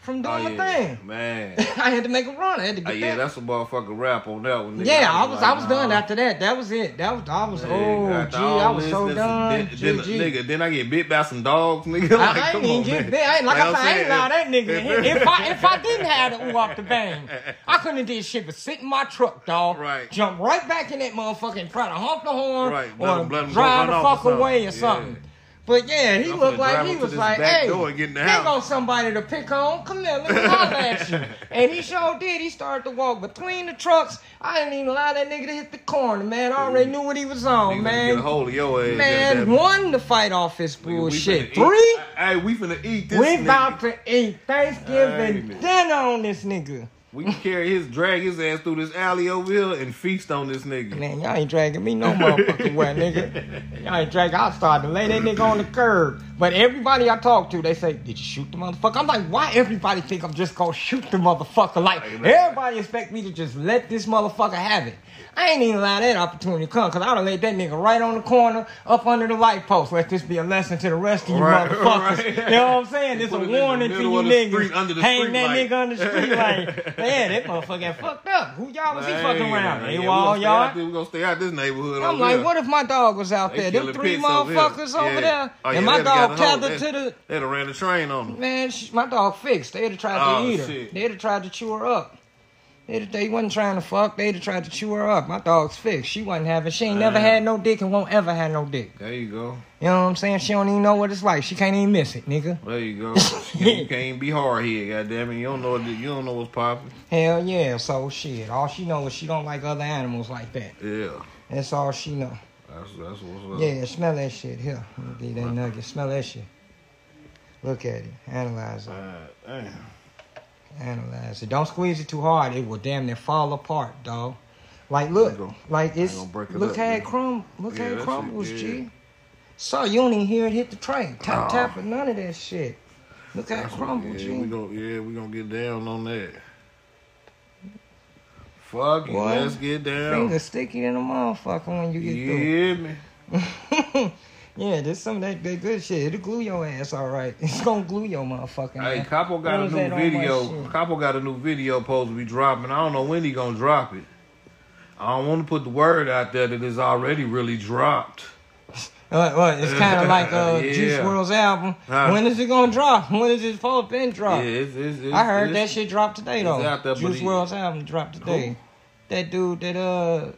Speaker 1: from doing
Speaker 4: Oh,
Speaker 1: my
Speaker 4: yeah.
Speaker 1: thing.
Speaker 4: Man.
Speaker 1: I had to make a run. I had to
Speaker 4: Uh,
Speaker 1: get
Speaker 4: yeah,
Speaker 1: yeah,
Speaker 4: that's a motherfucking rap on that one. Nigga.
Speaker 1: yeah, I was I
Speaker 4: like,
Speaker 1: was done
Speaker 4: nah.
Speaker 1: after that. That was it. That was I was
Speaker 4: Nigga,
Speaker 1: oh
Speaker 4: after
Speaker 1: gee,
Speaker 4: all
Speaker 1: I was
Speaker 4: this,
Speaker 1: so
Speaker 4: this,
Speaker 1: done.
Speaker 4: Then,
Speaker 1: Gee,
Speaker 4: then,
Speaker 1: gee.
Speaker 4: nigga, then I get bit by some dogs, nigga.
Speaker 1: I-
Speaker 4: Like,
Speaker 1: I,
Speaker 4: come
Speaker 1: ain't even
Speaker 4: on,
Speaker 1: get
Speaker 4: man.
Speaker 1: bit. I ain't, like,
Speaker 4: I'm
Speaker 1: I said, I ain't
Speaker 4: saying,
Speaker 1: allow that nigga. hit. If I if I didn't have the ooh off the bang, I couldn't have did shit but sit in my truck, dog.
Speaker 4: Right.
Speaker 1: Jump right back in that motherfucker and try to honk the horn
Speaker 4: Right, let
Speaker 1: or
Speaker 4: him- let him go
Speaker 1: drive
Speaker 4: run
Speaker 1: the
Speaker 4: off or
Speaker 1: fuck away or
Speaker 4: something.
Speaker 1: something. But yeah, he
Speaker 4: I'm
Speaker 1: looked
Speaker 4: finna
Speaker 1: like
Speaker 4: drive
Speaker 1: he
Speaker 4: up to
Speaker 1: was
Speaker 4: this
Speaker 1: like,
Speaker 4: back
Speaker 1: hey,
Speaker 4: door and get in the
Speaker 1: there
Speaker 4: house."
Speaker 1: goes somebody to pick on. Come here, let me holler at you. And he sure did. He started to walk between the trucks. I didn't even allow that nigga to hit the corner, man. I already knew what he was on,
Speaker 4: Nigga,
Speaker 1: man.
Speaker 4: Get a hold of your ass.
Speaker 1: Man,
Speaker 4: goddamn.
Speaker 1: one to fight off his
Speaker 4: Nigga, we finna
Speaker 1: bullshit.
Speaker 4: eat-
Speaker 1: Three.
Speaker 4: Hey, we finna eat this.
Speaker 1: We
Speaker 4: nigga.
Speaker 1: about to eat Thanksgiving
Speaker 4: Amen.
Speaker 1: dinner on this nigga.
Speaker 4: We can carry his, drag his ass through this alley over here and feast on this nigga.
Speaker 1: Man, y'all ain't dragging me no motherfucking way, nigga. Y'all ain't dragging. I'll start to lay that nigga on the curb. But everybody I talk to, they say, "Did you shoot the motherfucker?" I'm like, why everybody think I'm just gonna shoot the motherfucker? Like
Speaker 4: Amen.
Speaker 1: everybody expect me to just let this motherfucker have it. I ain't even allow that opportunity to come, cause I done laid that nigga right on the corner, up under the light post. Let this be a lesson to the rest of you
Speaker 4: Right,
Speaker 1: motherfuckers.
Speaker 4: right.
Speaker 1: You know what I'm saying? It's a
Speaker 4: Put it in the
Speaker 1: warning to you
Speaker 4: middle of the
Speaker 1: niggas.
Speaker 4: street, under the
Speaker 1: Hang
Speaker 4: street
Speaker 1: that
Speaker 4: light.
Speaker 1: nigga on the street like, man, that motherfucker got fucked up. Who y'all was he
Speaker 4: Man,
Speaker 1: fucking around?
Speaker 4: yeah,
Speaker 1: They
Speaker 4: we
Speaker 1: were all
Speaker 4: gonna stay out
Speaker 1: y'all.
Speaker 4: this- We gonna stay out this neighborhood.
Speaker 1: I'm
Speaker 4: over
Speaker 1: like,
Speaker 4: here.
Speaker 1: what if my dog was out
Speaker 4: They
Speaker 1: there? Them
Speaker 4: killing
Speaker 1: three
Speaker 4: pigs over here.
Speaker 1: motherfuckers over,
Speaker 4: Yeah.
Speaker 1: there,
Speaker 4: Oh, yeah,
Speaker 1: and my
Speaker 4: they'd have
Speaker 1: dog
Speaker 4: got a whole-
Speaker 1: tethered
Speaker 4: they-
Speaker 1: to the
Speaker 4: They'd have ran the train on him.
Speaker 1: man. She, my dog fixed. They'd have tried to
Speaker 4: Oh,
Speaker 1: eat her.
Speaker 4: shit.
Speaker 1: They'd have tried to chew her up. They'd, they wasn't trying to fuck. They'd have tried to chew her up. My dog's fixed. She wasn't having. She ain't never
Speaker 4: Damn.
Speaker 1: had no dick and won't ever have no dick.
Speaker 4: There you go.
Speaker 1: You know what I'm saying? She don't even know what it's like. She can't even miss it, nigga.
Speaker 4: There you go. you can't be hard head, goddamn it. You don't know what you don't know what's popping.
Speaker 1: Hell yeah. So shit. All she knows is she don't like other animals like that.
Speaker 4: Yeah.
Speaker 1: That's all she know.
Speaker 4: That's that's what's up.
Speaker 1: Yeah, smell that shit. Here, let me give you that nugget. Smell that shit. Look at it. Analyze it.
Speaker 4: Uh, damn.
Speaker 1: Analyze it. Don't squeeze it too hard. It will damn near fall apart, dog. Like look,
Speaker 4: Ain't gonna-
Speaker 1: like it's
Speaker 4: gonna break it
Speaker 1: look
Speaker 4: up,
Speaker 1: how
Speaker 4: yeah.
Speaker 1: it crumb, look
Speaker 4: Yeah,
Speaker 1: how
Speaker 4: that
Speaker 1: it
Speaker 4: shit
Speaker 1: crumbles,
Speaker 4: dead.
Speaker 1: G. So you don't even hear it hit the tray. Tap
Speaker 4: Aw.
Speaker 1: tap or none of that shit. Look how it
Speaker 4: That's what-
Speaker 1: crumbles,
Speaker 4: yeah, we
Speaker 1: G.
Speaker 4: gonna yeah, we gonna get down on that. Fuck it,
Speaker 1: Boy,
Speaker 4: let's get down.
Speaker 1: Finger sticky than a motherfucker when you
Speaker 4: You
Speaker 1: get
Speaker 4: hear me?
Speaker 1: through. yeah, there's some of that, that good shit. It'll glue your ass all right. It's gonna glue your motherfucking
Speaker 4: Hey,
Speaker 1: ass.
Speaker 4: Capo got
Speaker 1: What
Speaker 4: a
Speaker 1: was
Speaker 4: new
Speaker 1: that on my
Speaker 4: video.
Speaker 1: shit?
Speaker 4: Capo got a new video supposed to be dropping. I don't know when he gonna drop it. I don't want to put the word out there that it's already really dropped.
Speaker 1: Uh, well, it's kind of like uh,
Speaker 4: Yeah.
Speaker 1: Juice World's album.
Speaker 4: Huh.
Speaker 1: When is it gonna drop? When is it supposed to been
Speaker 4: Yeah,
Speaker 1: dropped?
Speaker 4: it's, it's, it's,
Speaker 1: I heard that
Speaker 4: it's-
Speaker 1: shit dropped today
Speaker 4: it's
Speaker 1: though.
Speaker 4: out there, but
Speaker 1: Juice
Speaker 4: he-
Speaker 1: World's album dropped today. That dude that uh,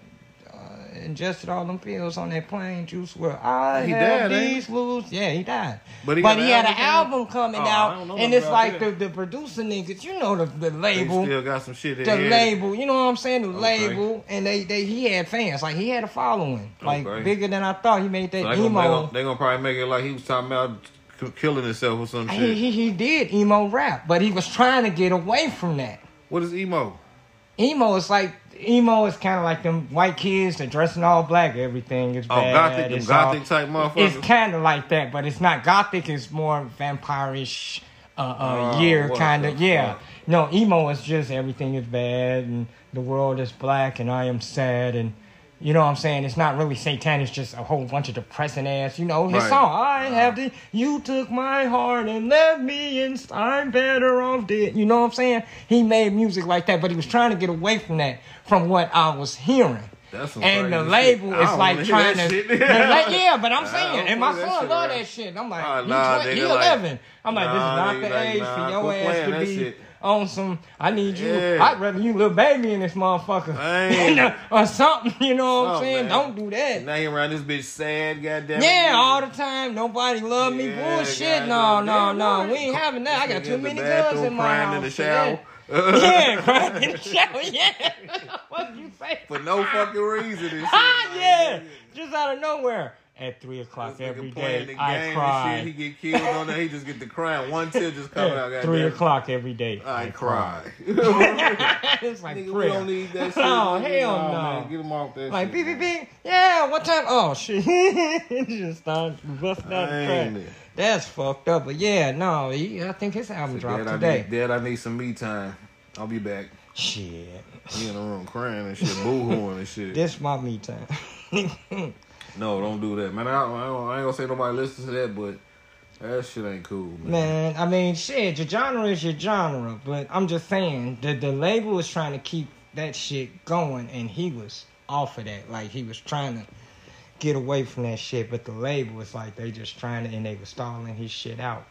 Speaker 1: uh ingested all them pills on that plane juice. Where I
Speaker 4: He
Speaker 1: have
Speaker 4: died, ain't he?
Speaker 1: these blues. Yeah, he died.
Speaker 4: But
Speaker 1: But
Speaker 4: he
Speaker 1: he, had
Speaker 4: got an
Speaker 1: an
Speaker 4: album
Speaker 1: album coming
Speaker 4: Oh, I don't know
Speaker 1: out, and
Speaker 4: nothing
Speaker 1: it's
Speaker 4: about
Speaker 1: like the,
Speaker 4: that.
Speaker 1: the producer niggas. You know the, the
Speaker 4: They
Speaker 1: label
Speaker 4: still got some shit.
Speaker 1: the
Speaker 4: ahead.
Speaker 1: label, you know what I'm saying? The
Speaker 4: Okay.
Speaker 1: label, and they, they he had fans, like he had a following, like
Speaker 4: Okay.
Speaker 1: bigger than I thought. He made that
Speaker 4: So they, gonna, they,
Speaker 1: emo.
Speaker 4: gonna, they gonna probably make it like he was talking about k- killing himself or some
Speaker 1: He,
Speaker 4: shit.
Speaker 1: he he did emo rap, but he was trying to get away from that.
Speaker 4: what is emo?
Speaker 1: Emo is like emo is kind of like them white kids that dressing all black. Everything is
Speaker 4: Oh,
Speaker 1: bad.
Speaker 4: gothic, them
Speaker 1: it's
Speaker 4: gothic
Speaker 1: all-
Speaker 4: type
Speaker 1: It's
Speaker 4: motherfuckers.
Speaker 1: kind of like that, but it's not gothic. It's more vampirish, uh, uh,
Speaker 4: Oh,
Speaker 1: year
Speaker 4: what
Speaker 1: kind
Speaker 4: the
Speaker 1: of. Yeah.
Speaker 4: fuck?
Speaker 1: No, emo is just everything is bad and the world is black and I am sad and you know what I'm saying. It's not really satanic. It's just a whole bunch of depressing ass. You know his
Speaker 4: Right.
Speaker 1: song. I have the you took my heart and left me and I'm better off dead. You know what I'm saying. He made music like that, but he was trying to get away from that, from what I was hearing
Speaker 4: That's some
Speaker 1: and the
Speaker 4: crazy
Speaker 1: label
Speaker 4: shit. I
Speaker 1: is
Speaker 4: don't
Speaker 1: like
Speaker 4: wanna
Speaker 1: trying
Speaker 4: hear
Speaker 1: to.
Speaker 4: that
Speaker 1: the
Speaker 4: shit.
Speaker 1: la- yeah, but I'm
Speaker 4: I
Speaker 1: saying,
Speaker 4: don't
Speaker 1: and my
Speaker 4: play that
Speaker 1: son
Speaker 4: shit,
Speaker 1: love
Speaker 4: right?
Speaker 1: that shit. I'm like,
Speaker 4: Ah,
Speaker 1: he,
Speaker 4: nah,
Speaker 1: 20, he
Speaker 4: nigga, like-
Speaker 1: 11. I'm like, this
Speaker 4: Nah,
Speaker 1: is
Speaker 4: nigga,
Speaker 1: not the
Speaker 4: like,
Speaker 1: age
Speaker 4: nah,
Speaker 1: for your
Speaker 4: quit
Speaker 1: ass
Speaker 4: playing
Speaker 1: to
Speaker 4: that
Speaker 1: be
Speaker 4: shit.
Speaker 1: on some. I need you.
Speaker 4: Yeah.
Speaker 1: I'd rather you little baby in this motherfucker
Speaker 4: Dang.
Speaker 1: or something. You know what I'm
Speaker 4: Something,
Speaker 1: saying?
Speaker 4: Oh, man.
Speaker 1: Don't do that.
Speaker 4: Now he around this bitch sad, goddamn.
Speaker 1: Yeah, all the time. Nobody love me.
Speaker 4: Yeah,
Speaker 1: Bullshit. No,
Speaker 4: goddamn.
Speaker 1: no, no.
Speaker 4: Damn,
Speaker 1: We ain't having that. I got too
Speaker 4: in the
Speaker 1: many gloves in
Speaker 4: bathroom,
Speaker 1: my
Speaker 4: crying
Speaker 1: house.
Speaker 4: in the shower.
Speaker 1: Yeah, yeah crying in the shower. Yeah. what you say?
Speaker 4: For no fucking reason. and shit.
Speaker 1: Ah, yeah, just out of nowhere. At three o'clock
Speaker 4: This nigga
Speaker 1: every
Speaker 4: playing
Speaker 1: day,
Speaker 4: the game
Speaker 1: I
Speaker 4: and
Speaker 1: cry.
Speaker 4: Shit, he get killed on that. He just get the crying. One tear just coming out.
Speaker 1: At
Speaker 4: goddamn.
Speaker 1: three o'clock every day,
Speaker 4: I cry.
Speaker 1: it's like
Speaker 4: Nigga, we
Speaker 1: prayer.
Speaker 4: don't need that shit.
Speaker 1: Oh,
Speaker 4: Nigga,
Speaker 1: hell
Speaker 4: nah,
Speaker 1: no.
Speaker 4: Man. Get him off that
Speaker 1: like
Speaker 4: shit.
Speaker 1: beep beep beep. Yeah, what time? Oh shit! just start busting out the
Speaker 4: Dang
Speaker 1: crack.
Speaker 4: it.
Speaker 1: That's fucked up. But yeah, no, he, I think his album
Speaker 4: Dad,
Speaker 1: dropped
Speaker 4: I
Speaker 1: today.
Speaker 4: need, Dad, I need some me time. I'll be back.
Speaker 1: Shit,
Speaker 4: He in the room crying and shit, boo-hooing and shit.
Speaker 1: this my me time.
Speaker 4: No, don't do that, man. I, I, don't, I ain't gonna say nobody listen to that, but that shit ain't cool, man.
Speaker 1: Man, I mean, shit, your genre is your genre, but I'm just saying the the label was trying to keep that shit going, and he was off of that. Like he was trying to get away from that shit, but the label was like they just trying to, and they was stalling his shit out.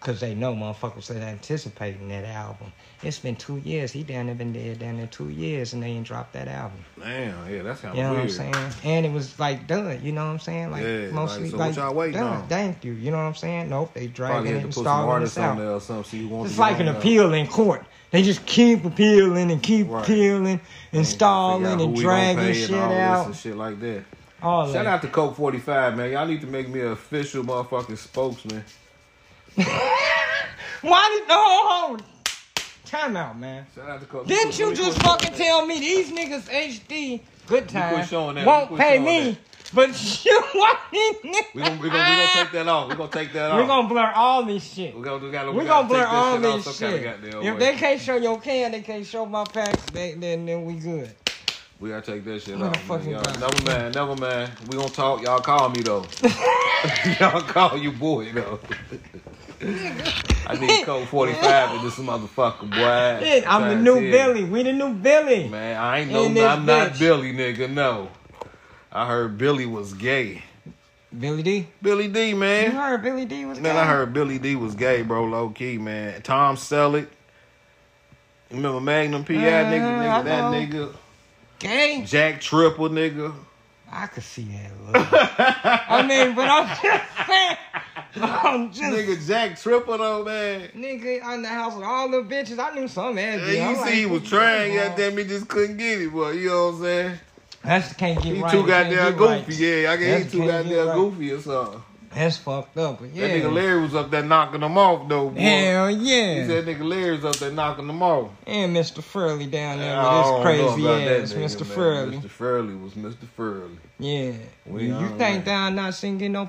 Speaker 1: Cause they know motherfuckers that anticipating that album. It's been two years. He down there been dead down there two years, and they ain't dropped that album.
Speaker 4: Damn, yeah, that's kind of
Speaker 1: You know
Speaker 4: weird.
Speaker 1: what I'm saying? And it was like done, you know what I'm saying? Like
Speaker 4: Yeah,
Speaker 1: mostly
Speaker 4: like,
Speaker 1: like,
Speaker 4: so what y'all waiting
Speaker 1: done.
Speaker 4: on?
Speaker 1: Thank you. You know what I'm saying? Nope, they
Speaker 4: Probably
Speaker 1: dragging it
Speaker 4: had to
Speaker 1: and
Speaker 4: put some
Speaker 1: stalling
Speaker 4: artists
Speaker 1: us
Speaker 4: on
Speaker 1: out.
Speaker 4: there or something. See who wants
Speaker 1: It's
Speaker 4: to get
Speaker 1: like
Speaker 4: on
Speaker 1: an
Speaker 4: there.
Speaker 1: appeal in court. They just keep appealing and keep
Speaker 4: Right.
Speaker 1: appealing and
Speaker 4: Figure out
Speaker 1: stalling
Speaker 4: who
Speaker 1: and
Speaker 4: we gonna pay
Speaker 1: dragging
Speaker 4: and
Speaker 1: shit
Speaker 4: all this
Speaker 1: out.
Speaker 4: and shit like that.
Speaker 1: All
Speaker 4: Shout
Speaker 1: that.
Speaker 4: out to Coke 45, man. Y'all need to make me an official motherfucking spokesman.
Speaker 1: Why did oh hold? Time out, man.
Speaker 4: Shout out to Coke.
Speaker 1: Didn't you
Speaker 4: quit-
Speaker 1: just
Speaker 4: quit-
Speaker 1: fucking tell me these niggas HD good time
Speaker 4: showing that. You
Speaker 1: won't
Speaker 4: quit
Speaker 1: pay
Speaker 4: showing
Speaker 1: me,
Speaker 4: that.
Speaker 1: but you want me?
Speaker 4: We gonna, we gonna, we gonna take that off. We gonna take that off.
Speaker 1: We're gonna blur all this shit.
Speaker 4: we gonna, we gotta, we
Speaker 1: We're
Speaker 4: gotta
Speaker 1: gonna blur
Speaker 4: take
Speaker 1: all
Speaker 4: this shit off
Speaker 1: this
Speaker 4: some
Speaker 1: shit.
Speaker 4: Kind of goddamn
Speaker 1: If
Speaker 4: way.
Speaker 1: they can't show your can, they can't show my packs. They, then then we good.
Speaker 4: We gotta take that shit
Speaker 1: What
Speaker 4: off.
Speaker 1: the fuck
Speaker 4: man.
Speaker 1: you
Speaker 4: Y'all,
Speaker 1: got?
Speaker 4: never mind, never mind. We gonna talk. Y'all call me though. y'all call you boy though. I need code forty five in this motherfucker, boy.
Speaker 1: Shit, I'm the
Speaker 4: Trying
Speaker 1: new
Speaker 4: to tell you.
Speaker 1: Billy. We the new Billy.
Speaker 4: Man, I ain't no.
Speaker 1: In this
Speaker 4: I'm not
Speaker 1: bitch. Uh, Mm-hmm. uh,
Speaker 4: uh, uh, Oh, uh,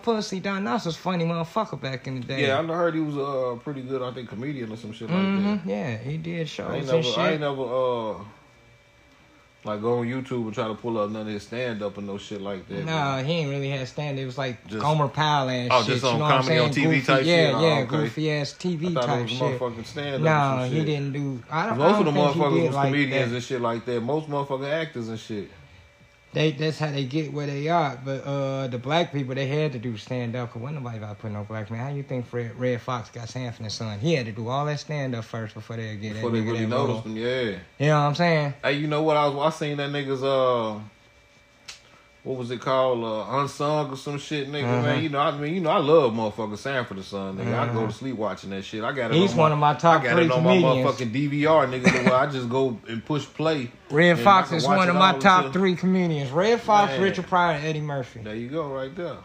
Speaker 4: what was it called? Uh, Unsung or some shit, nigga.
Speaker 1: Uh-huh.
Speaker 4: Man, you know, I mean, you know, I love motherfucking Sanford the Son, nigga. I go to sleep watching that shit. I got it.
Speaker 1: He's
Speaker 4: on
Speaker 1: one of my top
Speaker 4: I got
Speaker 1: three
Speaker 4: it on my
Speaker 1: comedians.
Speaker 4: motherfucking DVR, nigga. to Where I just go and push play.
Speaker 1: Red
Speaker 4: and I
Speaker 1: Fox
Speaker 4: can
Speaker 1: is
Speaker 4: watch
Speaker 1: one
Speaker 4: it
Speaker 1: of my
Speaker 4: all
Speaker 1: top
Speaker 4: until-
Speaker 1: three comedians. Red Fox,
Speaker 4: Man.
Speaker 1: Richard Pryor, and Eddie Murphy.
Speaker 4: There you go, right there.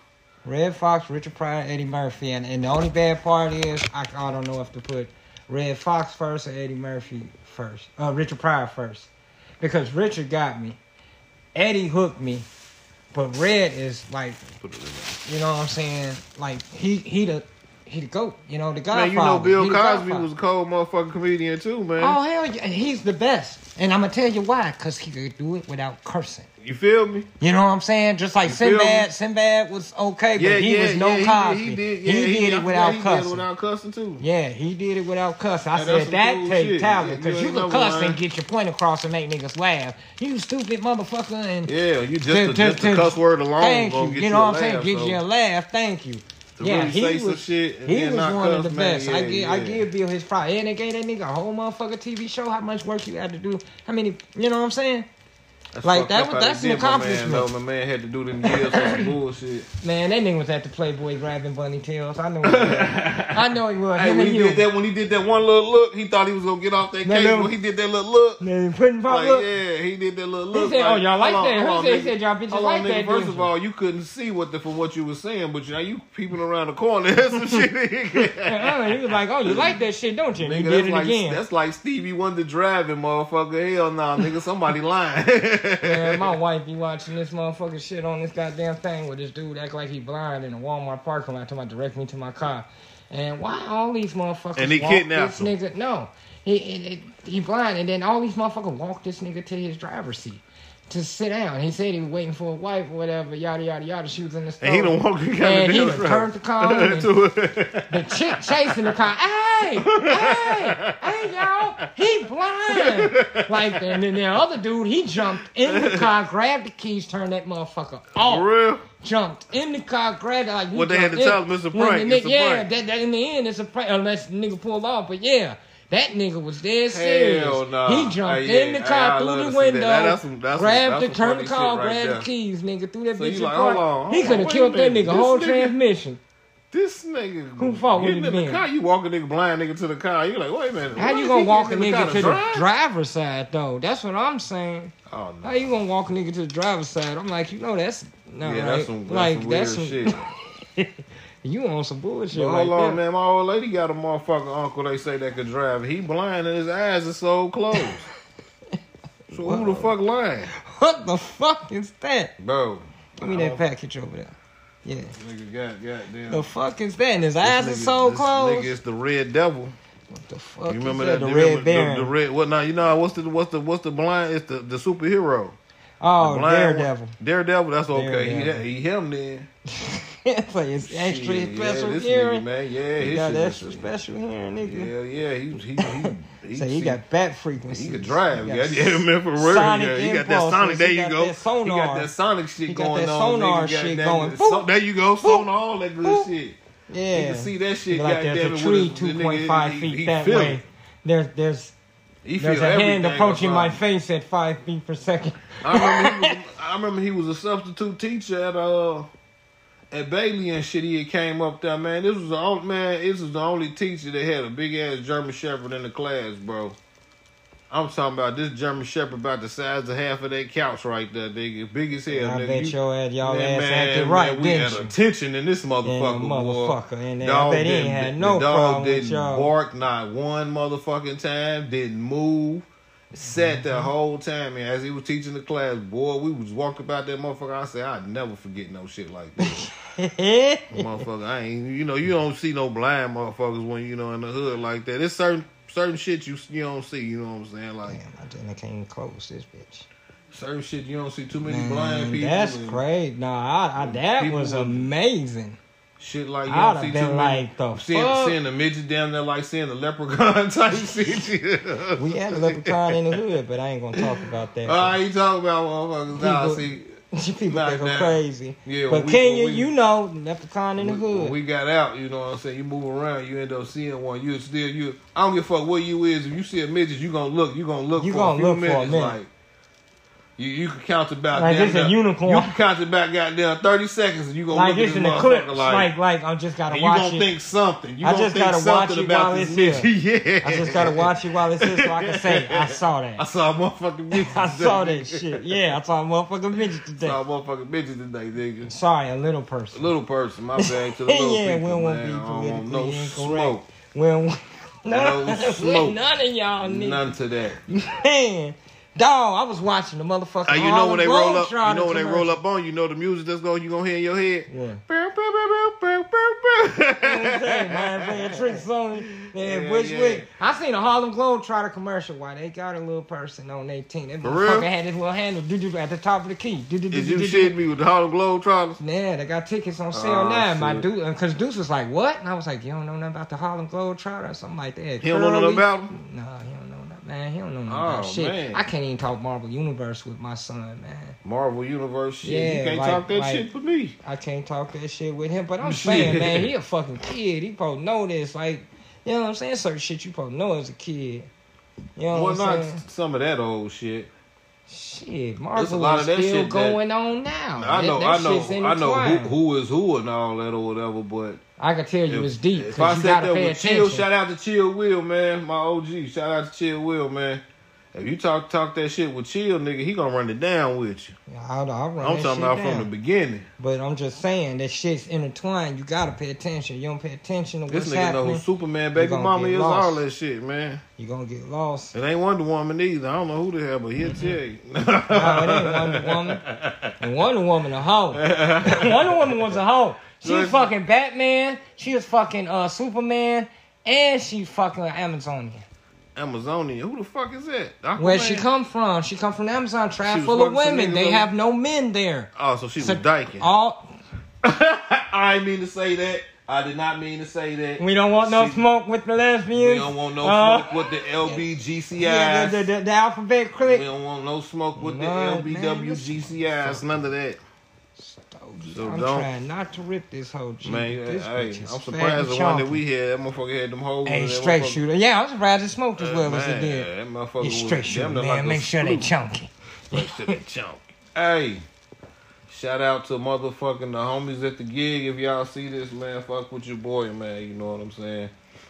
Speaker 1: Red Fox, Richard Pryor, Eddie Murphy, and, and the only bad part is I, I don't know if to put Red Fox first or Eddie Murphy first, uh, Richard Pryor first, because Richard got me, Eddie hooked me, but Red is like,
Speaker 4: Put it in there.
Speaker 1: you know what I'm saying? Like he he the he the goat, you know the Godfather.
Speaker 4: Man, you know Bill
Speaker 1: He the
Speaker 4: Cosby
Speaker 1: Godfather.
Speaker 4: was a cold motherfucking comedian too, man.
Speaker 1: Oh hell yeah, he's the best, and I'm gonna tell you why, cause he could do it without cursing.
Speaker 4: You feel me?
Speaker 1: You know what I'm saying? Just like
Speaker 4: feel me?
Speaker 1: Sinbad, Sinbad was okay, but he was no
Speaker 4: yeah,
Speaker 1: Cosby.
Speaker 4: he-
Speaker 1: He,
Speaker 4: He did, yeah,
Speaker 1: he did
Speaker 4: I
Speaker 1: it
Speaker 4: forgot
Speaker 1: without
Speaker 4: he Did
Speaker 1: cussing.
Speaker 4: it without cussing too.
Speaker 1: Yeah, he did it without cussing. I
Speaker 4: Now, that's
Speaker 1: said
Speaker 4: some
Speaker 1: that
Speaker 4: cool
Speaker 1: take
Speaker 4: shit.
Speaker 1: talent
Speaker 4: Yeah, you
Speaker 1: because you
Speaker 4: ain't
Speaker 1: can
Speaker 4: no
Speaker 1: cuss
Speaker 4: lying.
Speaker 1: and get your point across and make niggas laugh. You stupid motherfucker and
Speaker 4: Yeah, you just
Speaker 1: to-
Speaker 4: a,
Speaker 1: to-
Speaker 4: just a
Speaker 1: to-
Speaker 4: cuss word alone.
Speaker 1: Thank
Speaker 4: gonna
Speaker 1: you.
Speaker 4: Get
Speaker 1: You know
Speaker 4: a
Speaker 1: what I'm saying?
Speaker 4: laugh,
Speaker 1: Get
Speaker 4: so
Speaker 1: you a laugh. Thank you.
Speaker 4: to
Speaker 1: yeah,
Speaker 4: really say
Speaker 1: he
Speaker 4: some
Speaker 1: was,
Speaker 4: shit and
Speaker 1: he
Speaker 4: then
Speaker 1: was
Speaker 4: not
Speaker 1: one of the
Speaker 4: cuss, man,
Speaker 1: best. I
Speaker 4: yeah,
Speaker 1: give I
Speaker 4: yeah.
Speaker 1: give Bill his pride. And they gave that nigga a whole motherfucking TV show. How much work you had to do? How many? You know what I'm saying? Like,
Speaker 4: fucked
Speaker 1: that
Speaker 4: up
Speaker 1: was-
Speaker 4: how they
Speaker 1: that's an
Speaker 4: did my
Speaker 1: accomplishment.
Speaker 4: Man, though. my man had to do them deals for some bullshit.
Speaker 1: Man, that nigga was at the Playboy grabbing bunny tails. I know. He was. I know he was.
Speaker 4: Hey,
Speaker 1: Him
Speaker 4: when
Speaker 1: and
Speaker 4: he
Speaker 1: you.
Speaker 4: did that, when he did that one little look, he thought he was gonna get off that
Speaker 1: Man,
Speaker 4: case.
Speaker 1: that
Speaker 4: When
Speaker 1: was-
Speaker 4: he did that little look,
Speaker 1: Man, putting pop
Speaker 4: Like,
Speaker 1: up.
Speaker 4: yeah, he did that little
Speaker 1: He
Speaker 4: look.
Speaker 1: said,
Speaker 4: like,
Speaker 1: "Oh, y'all like
Speaker 4: hold on,
Speaker 1: that?" He
Speaker 4: hold on,
Speaker 1: said- he
Speaker 4: nigga.
Speaker 1: said, "Y'all bitches
Speaker 4: Hold
Speaker 1: like
Speaker 4: on,
Speaker 1: that,
Speaker 4: Nigga. First
Speaker 1: didn't
Speaker 4: of
Speaker 1: you?"
Speaker 4: all, you couldn't see what the for what you were saying, but now you peeping around the corner. That's some shit. nigga,
Speaker 1: Uh, he was like, "Oh, you like that shit, don't you?" And you did
Speaker 4: that's
Speaker 1: it
Speaker 4: like
Speaker 1: again.
Speaker 4: that's like Stevie Wonder driving, motherfucker. Hell nah, nigga, somebody lying.
Speaker 1: Man, my wife be watching this motherfucking shit on this goddamn thing where this dude act like he blind in a Walmart parking lot talking about direct me to my car. And why all these motherfuckers
Speaker 4: And he
Speaker 1: walk
Speaker 4: kidnapped
Speaker 1: this nigga? No. He, he, he blind and then all these motherfuckers walk this nigga to his driver's seat to sit down. He said he was waiting for a wife or whatever, yada yada yada. She was in the store.
Speaker 4: and he done walked the
Speaker 1: And he done
Speaker 4: goddamn
Speaker 1: turned the car on and
Speaker 4: to
Speaker 1: the chick chasing the car. Hey, hey, hey, y'all, he blind. Like, and then the other dude, he jumped in the car, grabbed the keys, turned that motherfucker off.
Speaker 4: For real.
Speaker 1: Jumped in the car, grabbed it. Like, you
Speaker 4: What they had
Speaker 1: jumped
Speaker 4: to
Speaker 1: in.
Speaker 4: tell him, it's a
Speaker 1: When the
Speaker 4: prank,
Speaker 1: nigga-
Speaker 4: it's a
Speaker 1: yeah,
Speaker 4: prank.
Speaker 1: That, that in the end, it's a prank, unless the nigga pulled off. But yeah. That nigga was dead serious.
Speaker 4: nah.
Speaker 1: He jumped
Speaker 4: Hey, yeah.
Speaker 1: in the
Speaker 4: Hey, I
Speaker 1: car,
Speaker 4: love
Speaker 1: through the
Speaker 4: to see that.
Speaker 1: window,
Speaker 4: That- that's some- that's some-
Speaker 1: grabbed
Speaker 4: that's
Speaker 1: the,
Speaker 4: some
Speaker 1: turned the
Speaker 4: funny
Speaker 1: car,
Speaker 4: shit right
Speaker 1: grabbed
Speaker 4: there.
Speaker 1: the keys, nigga, threw that
Speaker 4: So
Speaker 1: bitch
Speaker 4: you
Speaker 1: in
Speaker 4: like,
Speaker 1: the car.
Speaker 4: hold on,
Speaker 1: he
Speaker 4: hold
Speaker 1: could
Speaker 4: on,
Speaker 1: have
Speaker 4: wait
Speaker 1: killed
Speaker 4: a
Speaker 1: that
Speaker 4: minute.
Speaker 1: nigga whole
Speaker 4: This nigga-
Speaker 1: transmission.
Speaker 4: This nigga
Speaker 1: Who fought with
Speaker 4: getting
Speaker 1: him
Speaker 4: in the
Speaker 1: then?
Speaker 4: car, you walking nigga blind nigga to the car. You like, wait a minute.
Speaker 1: How
Speaker 4: why
Speaker 1: you
Speaker 4: is
Speaker 1: gonna
Speaker 4: he
Speaker 1: walk a
Speaker 4: getting in
Speaker 1: nigga
Speaker 4: car
Speaker 1: to the
Speaker 4: drive?
Speaker 1: driver's side though? That's what I'm saying.
Speaker 4: Oh no.
Speaker 1: How you gonna walk a nigga to the driver's side? I'm like, you know that's no
Speaker 4: yeah,
Speaker 1: right.
Speaker 4: that's some, that's
Speaker 1: like
Speaker 4: some
Speaker 1: that's
Speaker 4: weird
Speaker 1: some,
Speaker 4: shit.
Speaker 1: you on some bullshit.
Speaker 4: But
Speaker 1: right
Speaker 4: hold on,
Speaker 1: there.
Speaker 4: man. My old lady got a motherfucking uncle they say that could drive. He blind and his eyes are so closed. so who the fuck lying?
Speaker 1: What the fuck is that?
Speaker 4: Bro.
Speaker 1: Give me that package over there. Yeah.
Speaker 4: Nigga got goddamn.
Speaker 1: The
Speaker 4: this
Speaker 1: fuck is that? And his eyes are
Speaker 4: nigga-
Speaker 1: so
Speaker 4: this
Speaker 1: close.
Speaker 4: Nigga, it's the red devil.
Speaker 1: what the fuck?
Speaker 4: you
Speaker 1: is
Speaker 4: remember
Speaker 1: that?
Speaker 4: that?
Speaker 1: The
Speaker 4: you
Speaker 1: red
Speaker 4: remember
Speaker 1: baron.
Speaker 4: The, the red. What now? You know what's the what's the what's the blind? It's the the superhero.
Speaker 1: oh,
Speaker 4: the blind one.
Speaker 1: daredevil.
Speaker 4: Daredevil. That's okay.
Speaker 1: Daredevil.
Speaker 4: He, he him then.
Speaker 1: it's like it's extra
Speaker 4: Shit,
Speaker 1: special
Speaker 4: yeah, this
Speaker 1: hearing.
Speaker 4: Nigga, man. Yeah,
Speaker 1: he
Speaker 4: his
Speaker 1: got
Speaker 4: shit is-
Speaker 1: extra special hearing, nigga.
Speaker 4: Yeah, yeah. He he he.
Speaker 1: so he
Speaker 4: see,
Speaker 1: got bat frequency.
Speaker 4: He could drive.
Speaker 1: He got
Speaker 4: Yeah, yeah, man, for real.
Speaker 1: sonic
Speaker 4: yeah, he got that
Speaker 1: impulses.
Speaker 4: sonic. There
Speaker 1: He
Speaker 4: you
Speaker 1: got
Speaker 4: go.
Speaker 1: that sonar.
Speaker 4: He got that sonic shit
Speaker 1: He got
Speaker 4: going
Speaker 1: that
Speaker 4: on.
Speaker 1: sonar
Speaker 4: nigga. Got
Speaker 1: shit
Speaker 4: that-
Speaker 1: going.
Speaker 4: so- there you go. Sonar, all that good
Speaker 1: Boop.
Speaker 4: shit.
Speaker 1: Yeah.
Speaker 4: You can see that shit.
Speaker 1: Be like
Speaker 4: goddamn
Speaker 1: there's a
Speaker 4: it,
Speaker 1: tree
Speaker 4: with his- the nigga,
Speaker 1: 2.5
Speaker 4: he-
Speaker 1: feet
Speaker 4: he
Speaker 1: that
Speaker 4: feel
Speaker 1: way.
Speaker 4: it.
Speaker 1: There's there's
Speaker 4: He
Speaker 1: there's
Speaker 4: feel
Speaker 1: a hand
Speaker 4: everything
Speaker 1: approaching my
Speaker 4: about it.
Speaker 1: face at five feet per second.
Speaker 4: I remember, he was, I remember he was a substitute teacher at uh at Bailey and shit. He had came up there, man. This was the only man. This was the only teacher that had a big ass German Shepherd in the class, bro. I'm talking about this German Shepherd about the size of half of that couch right there, nigga. Big as hell,
Speaker 1: I
Speaker 4: nigga.
Speaker 1: bet
Speaker 4: You-
Speaker 1: your ass y'all
Speaker 4: Man,
Speaker 1: ass
Speaker 4: man,
Speaker 1: acted
Speaker 4: man,
Speaker 1: right,
Speaker 4: we had
Speaker 1: didn't you?
Speaker 4: attention in this motherfucker,
Speaker 1: In the
Speaker 4: boy.
Speaker 1: motherfucker, in there. I
Speaker 4: Dog
Speaker 1: bet he ain't
Speaker 4: didn't-
Speaker 1: had
Speaker 4: the
Speaker 1: no
Speaker 4: dog
Speaker 1: problem with
Speaker 4: didn't
Speaker 1: y'all.
Speaker 4: bark not one motherfucking time. Didn't move. Sat
Speaker 1: Mm-hmm.
Speaker 4: the whole time, and as he was teaching the class, boy, we was walking about that motherfucker. I said, I never forget no shit like this, motherfucker. I ain't, you know, you don't see no blind motherfuckers when you know in the hood like that. It's certain certain shit you you don't see. You know what I'm saying? Like
Speaker 1: Damn, I didn't I can't even close this bitch.
Speaker 4: certain shit you don't see too many
Speaker 1: Man,
Speaker 4: blind people.
Speaker 1: that's
Speaker 4: and
Speaker 1: crazy. No, I, I that
Speaker 4: People
Speaker 1: was
Speaker 4: with-
Speaker 1: amazing.
Speaker 4: Shit like you
Speaker 1: I'd
Speaker 4: don't
Speaker 1: have
Speaker 4: see
Speaker 1: been
Speaker 4: too many.
Speaker 1: like, the
Speaker 4: seeing,
Speaker 1: fuck?
Speaker 4: seeing the midget down there like seeing the leprechaun type shit. yeah.
Speaker 1: We had a leprechaun in the hood, but I ain't gonna talk about that.
Speaker 4: All right, you talking about motherfuckers? Nah,
Speaker 1: People-
Speaker 4: see,
Speaker 1: People
Speaker 4: Nah,
Speaker 1: think
Speaker 4: nah.
Speaker 1: I'm crazy.
Speaker 4: Yeah,
Speaker 1: but
Speaker 4: we-
Speaker 1: Kenya,
Speaker 4: we-
Speaker 1: you know, leprechaun in the
Speaker 4: when, when
Speaker 1: hood.
Speaker 4: we got out, you know what I'm saying? You move around, you end up seeing one. You still you. I don't give a fuck where you is. If you see a midget, you gonna look. You gonna look.
Speaker 1: You
Speaker 4: for
Speaker 1: gonna
Speaker 4: a few
Speaker 1: look for a
Speaker 4: minutes,
Speaker 1: minute.
Speaker 4: Like, You you can count about
Speaker 1: Like
Speaker 4: damn
Speaker 1: it's a
Speaker 4: near-
Speaker 1: unicorn.
Speaker 4: You can count about goddamn thirty seconds, and you gonna
Speaker 1: Like
Speaker 4: look
Speaker 1: it's
Speaker 4: at
Speaker 1: in
Speaker 4: this
Speaker 1: the
Speaker 4: motherfucker
Speaker 1: clips.
Speaker 4: like,
Speaker 1: Like, like I just gotta
Speaker 4: and you
Speaker 1: watch
Speaker 4: gonna
Speaker 1: it.
Speaker 4: think something. You
Speaker 1: I
Speaker 4: gonna
Speaker 1: just
Speaker 4: think
Speaker 1: gotta watch
Speaker 4: something
Speaker 1: it
Speaker 4: about
Speaker 1: while
Speaker 4: this
Speaker 1: it's
Speaker 4: bitch. yeah,
Speaker 1: I just gotta watch it while it's here so I can say I saw
Speaker 4: I
Speaker 1: that.
Speaker 4: saw a motherfucking bitch.
Speaker 1: I saw
Speaker 4: today.
Speaker 1: that shit. Yeah, I saw a motherfucking midget
Speaker 4: I
Speaker 1: today.
Speaker 4: saw a motherfucking bitch today, nigga.
Speaker 1: Sorry, a little person.
Speaker 4: Little person, my bad to the little
Speaker 1: Yeah, we
Speaker 4: people,
Speaker 1: don't wanna
Speaker 4: man.
Speaker 1: be
Speaker 4: I don't want no
Speaker 1: politically
Speaker 4: smoke,
Speaker 1: Well,
Speaker 4: No
Speaker 1: none,
Speaker 4: smoke.
Speaker 1: none of y'all niggas.
Speaker 4: none to that.
Speaker 1: Man, dog, I was watching the motherfucker.
Speaker 4: Uh, you know
Speaker 1: Harlem
Speaker 4: when they roll up,
Speaker 1: Globetrotter
Speaker 4: you know when they
Speaker 1: commercial.
Speaker 4: roll up on you, you know the music that's going, you gonna hear in your head.
Speaker 1: Yeah.
Speaker 4: Bow, bow, bow, bow, bow, bow, bow.
Speaker 1: You know what I'm saying? Man, playing tricks on me. Man,
Speaker 4: Yeah,
Speaker 1: Bushwick. I seen a Harlem Globetrotter commercial why they got a little person on their team. That
Speaker 4: For real?
Speaker 1: motherfucker had this little handle doo-doo, at the top of the key. Doo-doo-doo-doo-doo.
Speaker 4: Is you shitting me with the Harlem Globetrotters?
Speaker 1: Yeah, they got tickets on sale
Speaker 4: Oh,
Speaker 1: now. My
Speaker 4: shit.
Speaker 1: dude, because Deuce was like, "What?" And I was like, "You don't know nothing about the Harlem Globetrotter or something like that."
Speaker 4: He don't know nothing
Speaker 1: Curly-
Speaker 4: about 'em?
Speaker 1: No, he don't know nothing, man. He don't know nothing
Speaker 4: Oh,
Speaker 1: about shit.
Speaker 4: man.
Speaker 1: I can't even talk Marvel Universe with my son, man.
Speaker 4: Marvel Universe shit. you
Speaker 1: Yeah,
Speaker 4: can't
Speaker 1: like-
Speaker 4: talk that
Speaker 1: like-
Speaker 4: shit for me.
Speaker 1: I can't talk that shit with him. But I'm
Speaker 4: Shit.
Speaker 1: saying, man, he a fucking kid. He probably know this. Like, you know what I'm saying? Certain shit you probably know as a kid. You know
Speaker 4: well,
Speaker 1: what I'm
Speaker 4: not
Speaker 1: saying?
Speaker 4: some of that old shit.
Speaker 1: Shit,
Speaker 4: There's a
Speaker 1: Marvel
Speaker 4: lot
Speaker 1: is
Speaker 4: of that
Speaker 1: still
Speaker 4: shit that-
Speaker 1: going on now.
Speaker 4: I know,
Speaker 1: that,
Speaker 4: I
Speaker 1: that shit's
Speaker 4: know, I know who,
Speaker 1: intertwined.
Speaker 4: who is who and all that or whatever. But
Speaker 1: I can tell you it's deep
Speaker 4: if I
Speaker 1: because you
Speaker 4: sat
Speaker 1: gotta
Speaker 4: there
Speaker 1: pay
Speaker 4: with Chill,
Speaker 1: attention.
Speaker 4: shout out to Chill Will, man, my OG. Shout out to Chill Will, man. If you talk talk that shit with Chill, nigga, he gonna run it down with you.
Speaker 1: Yeah, I'll, I'll run
Speaker 4: I'm
Speaker 1: that
Speaker 4: talking
Speaker 1: shit
Speaker 4: about
Speaker 1: down.
Speaker 4: from the beginning.
Speaker 1: But I'm just saying that shit's intertwined. You gotta pay attention. You don't pay attention to
Speaker 4: This
Speaker 1: what's
Speaker 4: nigga know
Speaker 1: happening.
Speaker 4: who Superman, baby
Speaker 1: gonna
Speaker 4: mama
Speaker 1: get
Speaker 4: is,
Speaker 1: lost.
Speaker 4: all that shit, man.
Speaker 1: You're gonna get lost.
Speaker 4: It ain't Wonder Woman either. I don't know who the hell, but he'll tell you.
Speaker 1: No, it ain't Wonder Woman. And Wonder Woman a hoe. Wonder Woman was a hoe. She was
Speaker 4: Listen.
Speaker 1: fucking Batman. She was fucking uh, Superman. And she fucking Amazonian.
Speaker 4: Amazonia. Who the fuck is that?
Speaker 1: Where
Speaker 4: Aquaman?
Speaker 1: she come from? She come from the Amazon
Speaker 4: She
Speaker 1: tribe
Speaker 4: was
Speaker 1: full of
Speaker 4: fucking some
Speaker 1: women.
Speaker 4: niggas
Speaker 1: They
Speaker 4: over-
Speaker 1: have no men there.
Speaker 4: Oh, so she
Speaker 1: So-
Speaker 4: was dyking.
Speaker 1: All
Speaker 4: I didn't mean to say that. I did not mean to say that.
Speaker 1: we don't want no
Speaker 4: She-
Speaker 1: smoke with the lesbians.
Speaker 4: We don't want no
Speaker 1: Uh,
Speaker 4: smoke with the LBGCIs.
Speaker 1: Yeah, the, the, the, the alphabet click.
Speaker 4: we don't want no smoke with
Speaker 1: Nah,
Speaker 4: the LBWGCIs. None of that. So
Speaker 1: I'm
Speaker 4: don't-
Speaker 1: trying not to rip this whole G.
Speaker 4: Man,
Speaker 1: this
Speaker 4: hey,
Speaker 1: bitch is
Speaker 4: I'm
Speaker 1: fat and
Speaker 4: surprised the one that
Speaker 1: chonky.
Speaker 4: we had, that motherfucker had them holes. in
Speaker 1: Hey,
Speaker 4: it. That
Speaker 1: straight
Speaker 4: motherfucker-
Speaker 1: shooter. Yeah, I'm surprised it smoked as well as it
Speaker 4: Man,
Speaker 1: did.
Speaker 4: That motherfucker
Speaker 1: It's
Speaker 4: was
Speaker 1: straight shooter,
Speaker 4: damn
Speaker 1: man.
Speaker 4: near like a
Speaker 1: Make sure they
Speaker 4: spook.
Speaker 1: chunky.
Speaker 4: Next to the chunk. Hey, shout out to motherfucking the homies at the gig. If y'all see this, man, fuck with your boy, man. You know what I'm saying?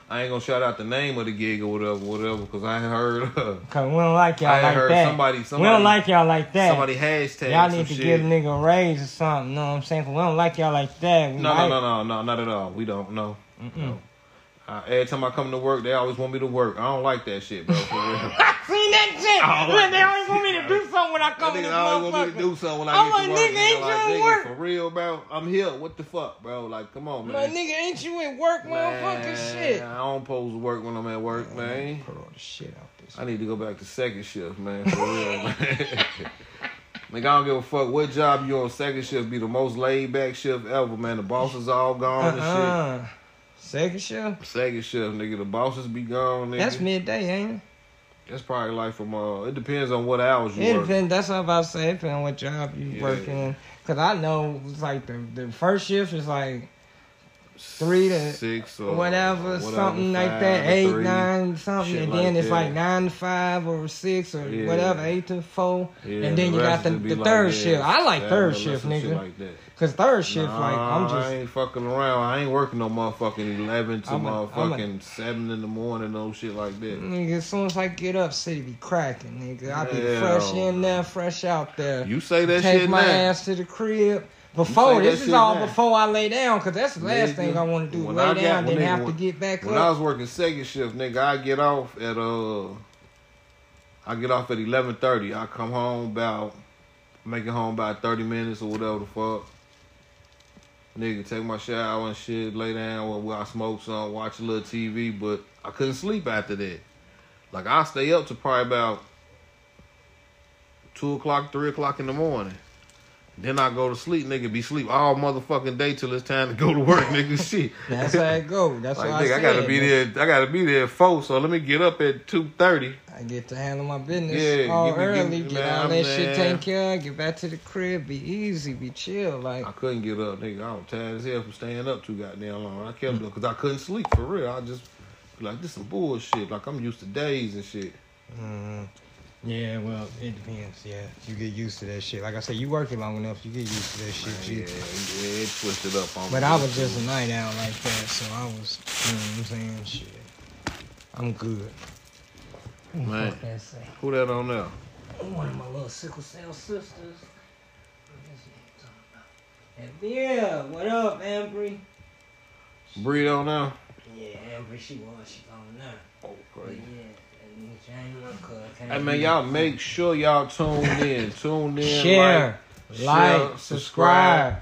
Speaker 4: I ain't gonna shout out the name of the gig or whatever, whatever, because I heard uh,
Speaker 1: Cause we don't like y'all
Speaker 4: I
Speaker 1: like
Speaker 4: heard
Speaker 1: that.
Speaker 4: somebody-
Speaker 1: we don't
Speaker 4: somebody-
Speaker 1: like y'all like that.
Speaker 4: somebody hashtag
Speaker 1: y'all
Speaker 4: some
Speaker 1: need to
Speaker 4: shit.
Speaker 1: give a nigga a raise or something. Know what I'm saying? 'Cause we don't like y'all like that. We
Speaker 4: no,
Speaker 1: like,
Speaker 4: no, no, no, no, not at all. We don't. No. no. Uh, every time I come to work, they always want me to work. I don't like that shit, bro. For real. that
Speaker 1: I seen that shit.
Speaker 4: I don't
Speaker 1: Look, they
Speaker 4: like
Speaker 1: always want me to
Speaker 4: that
Speaker 1: do something when I come in
Speaker 4: nigga
Speaker 1: this
Speaker 4: always want me to
Speaker 1: motherfucker.
Speaker 4: do something when I
Speaker 1: I'm
Speaker 4: get to
Speaker 1: like,
Speaker 4: work.
Speaker 1: nigga,
Speaker 4: Nigga,
Speaker 1: ain't you
Speaker 4: like,
Speaker 1: at
Speaker 4: nigga,
Speaker 1: work?
Speaker 4: for real, bro. I'm here. What the fuck, bro? Like, come on,
Speaker 1: My
Speaker 4: man.
Speaker 1: nigga, ain't you at work, motherfucker? Shit.
Speaker 4: I don't pose to work when I'm at work, man.
Speaker 1: Put all the shit out this.
Speaker 4: I need to go back to second shift, man. For real, man. Nigga, I don't give a fuck what job you on. Second shift be the most laid back shift ever, man. The bosses all gone and
Speaker 1: Uh-uh. Second show.
Speaker 4: shit. Second shift, nigga, the bosses be gone, nigga.
Speaker 1: That's midday, ain't it?
Speaker 4: That's probably like from uh. It depends on what hours you
Speaker 1: It
Speaker 4: work.
Speaker 1: depends. That's what I'm about to say. It depends on what job you
Speaker 4: Yeah.
Speaker 1: work in. Cause I know it's like the the first shift is like three to
Speaker 4: six or
Speaker 1: whatever, something like that,
Speaker 4: Uh, five,
Speaker 1: eight,
Speaker 4: three.
Speaker 1: nine, something,
Speaker 4: shit
Speaker 1: and
Speaker 4: like
Speaker 1: then it's
Speaker 4: that.
Speaker 1: like nine to five or six or
Speaker 4: Yeah.
Speaker 1: whatever, eight to four,
Speaker 4: Yeah,
Speaker 1: and then you got
Speaker 4: rest
Speaker 1: the,
Speaker 4: would be
Speaker 1: the
Speaker 4: like,
Speaker 1: third
Speaker 4: yeah,
Speaker 1: shift. I like
Speaker 4: seven or
Speaker 1: third shift,
Speaker 4: some shit
Speaker 1: nigga,
Speaker 4: Like that.
Speaker 1: cause third shift
Speaker 4: Nah,
Speaker 1: like I'm
Speaker 4: I
Speaker 1: just
Speaker 4: ain't fucking around. I ain't working no motherfucking eleven to
Speaker 1: I'm a- I'm a-
Speaker 4: motherfucking seven in the morning, no shit like that.
Speaker 1: nigga. As soon as I get up, city be cracking, nigga. I be
Speaker 4: Hell
Speaker 1: fresh in
Speaker 4: no.
Speaker 1: there, fresh out there.
Speaker 4: You say that
Speaker 1: take
Speaker 4: shit
Speaker 1: my
Speaker 4: now.
Speaker 1: ass to the crib. Before
Speaker 4: You say
Speaker 1: this
Speaker 4: that
Speaker 1: is
Speaker 4: shit
Speaker 1: all
Speaker 4: now.
Speaker 1: before I lay down, cause that's the last
Speaker 4: Nigga,
Speaker 1: thing I want to do.
Speaker 4: when
Speaker 1: Lay
Speaker 4: I got-
Speaker 1: down,
Speaker 4: when
Speaker 1: then
Speaker 4: nigga-
Speaker 1: have to get back
Speaker 4: When I
Speaker 1: up.
Speaker 4: was working second shift, nigga, I get off at uh, I get off at eleven thirty. I come home about, make it home about thirty minutes or whatever the fuck. Nigga, take my shower and shit, lay down, or I smoke some, watch a little TV, but I couldn't sleep after that. Like I stay up to probably about two o'clock, three o'clock in the morning. Then I go to sleep, nigga. Be sleep all motherfucking day till it's time to go to work, nigga. Shit.
Speaker 1: That's how it go. That's
Speaker 4: Like,
Speaker 1: why I
Speaker 4: nigga, I,
Speaker 1: said.
Speaker 4: gotta be
Speaker 1: man.
Speaker 4: there. I gotta be there at four. So let me get up at two thirty.
Speaker 1: I get to handle my business
Speaker 4: Yeah,
Speaker 1: all
Speaker 4: give me- give
Speaker 1: early,
Speaker 4: me-
Speaker 1: get
Speaker 4: man,
Speaker 1: all that
Speaker 4: I'm
Speaker 1: shit
Speaker 4: there.
Speaker 1: taken care of, get back to the crib, be easy, be chill. Like
Speaker 4: I couldn't get up, nigga. I was tired as hell from staying up too goddamn long. I kept up because I couldn't sleep for Uh, real. I just be like this some bullshit. Like I'm used to days and shit.
Speaker 1: mm, Yeah, well, it depends. Yeah, you get used to that shit. Like I said, you work it long enough, you get used to that shit.
Speaker 4: Yeah,
Speaker 1: you-
Speaker 4: it, it twisted up on me.
Speaker 1: But I was just a night out like that, so I was, you know what I'm saying? Shit. I'm good.
Speaker 4: Man.
Speaker 1: Fuck that say.
Speaker 4: Who that on there?
Speaker 1: One of my little sickle cell sisters. Yeah, what up, Ambry?
Speaker 4: Breed on there?
Speaker 1: Yeah, Ambry, she was, she gone now.
Speaker 4: Oh,
Speaker 1: But yeah,
Speaker 4: Okay.
Speaker 1: that nigga James, my cuz, can't
Speaker 4: Hey man,
Speaker 1: be-
Speaker 4: y'all make sure y'all tune in. Tune in. like,
Speaker 1: Share, like,
Speaker 4: share,
Speaker 1: subscribe.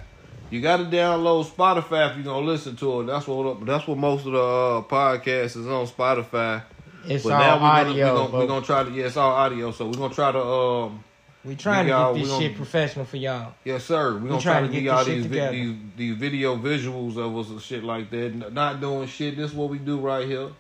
Speaker 4: You got to download Spotify if you're gonna listen to it. That's what that's what most of the uh, podcasts is on Spotify.
Speaker 1: It's
Speaker 4: but
Speaker 1: all
Speaker 4: now we're gonna,
Speaker 1: audio.
Speaker 4: We're gonna,
Speaker 1: but
Speaker 4: we're gonna try to yeah, it's all audio. So we're gonna try to um
Speaker 1: we trying to
Speaker 4: y'all-
Speaker 1: get this
Speaker 4: we gonna-
Speaker 1: shit professional for y'all.
Speaker 4: yes sir. We're
Speaker 1: trying
Speaker 4: gonna try
Speaker 1: to
Speaker 4: to
Speaker 1: get
Speaker 4: give y'all
Speaker 1: this shit
Speaker 4: these, vi-
Speaker 1: together.
Speaker 4: these these video visuals of us and shit like that. N- Not doing shit. This is what we do right here.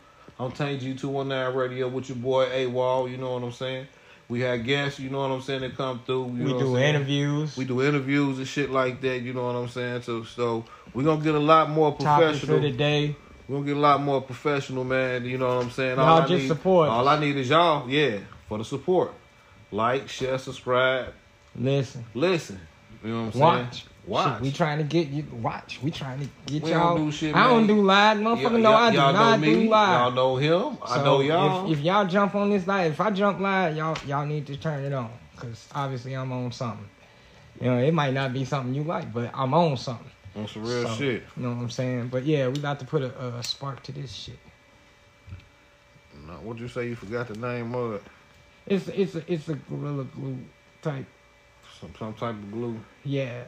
Speaker 4: I'm Tank G two one nine radio with your boy A Wall. You know what I'm saying. We had guests. You know what I'm saying. That come through. You know
Speaker 1: we
Speaker 4: what I'm
Speaker 1: do
Speaker 4: saying?
Speaker 1: interviews.
Speaker 4: We do interviews and shit like that. You know what I'm saying. So so we're gonna get a lot more
Speaker 1: topics for
Speaker 4: professional.
Speaker 1: the day.
Speaker 4: We're gonna get a lot more professional, man. You know what I'm saying?
Speaker 1: Y'all
Speaker 4: I
Speaker 1: just
Speaker 4: need,
Speaker 1: support.
Speaker 4: All I need is y'all, yeah, for the support. Like, share, subscribe,
Speaker 1: Listen,
Speaker 4: listen. You know what I'm
Speaker 1: watch.
Speaker 4: saying? Watch.
Speaker 1: Shit, we trying to get you. Watch. We trying to get
Speaker 4: We
Speaker 1: y'all.
Speaker 4: don't do shit,
Speaker 1: I don't
Speaker 4: man.
Speaker 1: do live,
Speaker 4: Y-
Speaker 1: motherfucker.
Speaker 4: y-
Speaker 1: no, I do
Speaker 4: y'all
Speaker 1: not
Speaker 4: know
Speaker 1: do
Speaker 4: me. Y'all
Speaker 1: live.
Speaker 4: know him. I
Speaker 1: So,
Speaker 4: know y'all.
Speaker 1: If, if y'all jump on this live, if I jump live, y'all y'all need to turn it on because obviously I'm on something. You know, it might not be something you like, but I'm on something.
Speaker 4: On some real
Speaker 1: So,
Speaker 4: shit.
Speaker 1: You know what I'm saying? But yeah, we about to put a, a spark to this shit.
Speaker 4: No, what'd you say? You forgot the name of it?
Speaker 1: It's it's a, it's a gorilla glue type.
Speaker 4: Some, some type of glue.
Speaker 1: Yeah,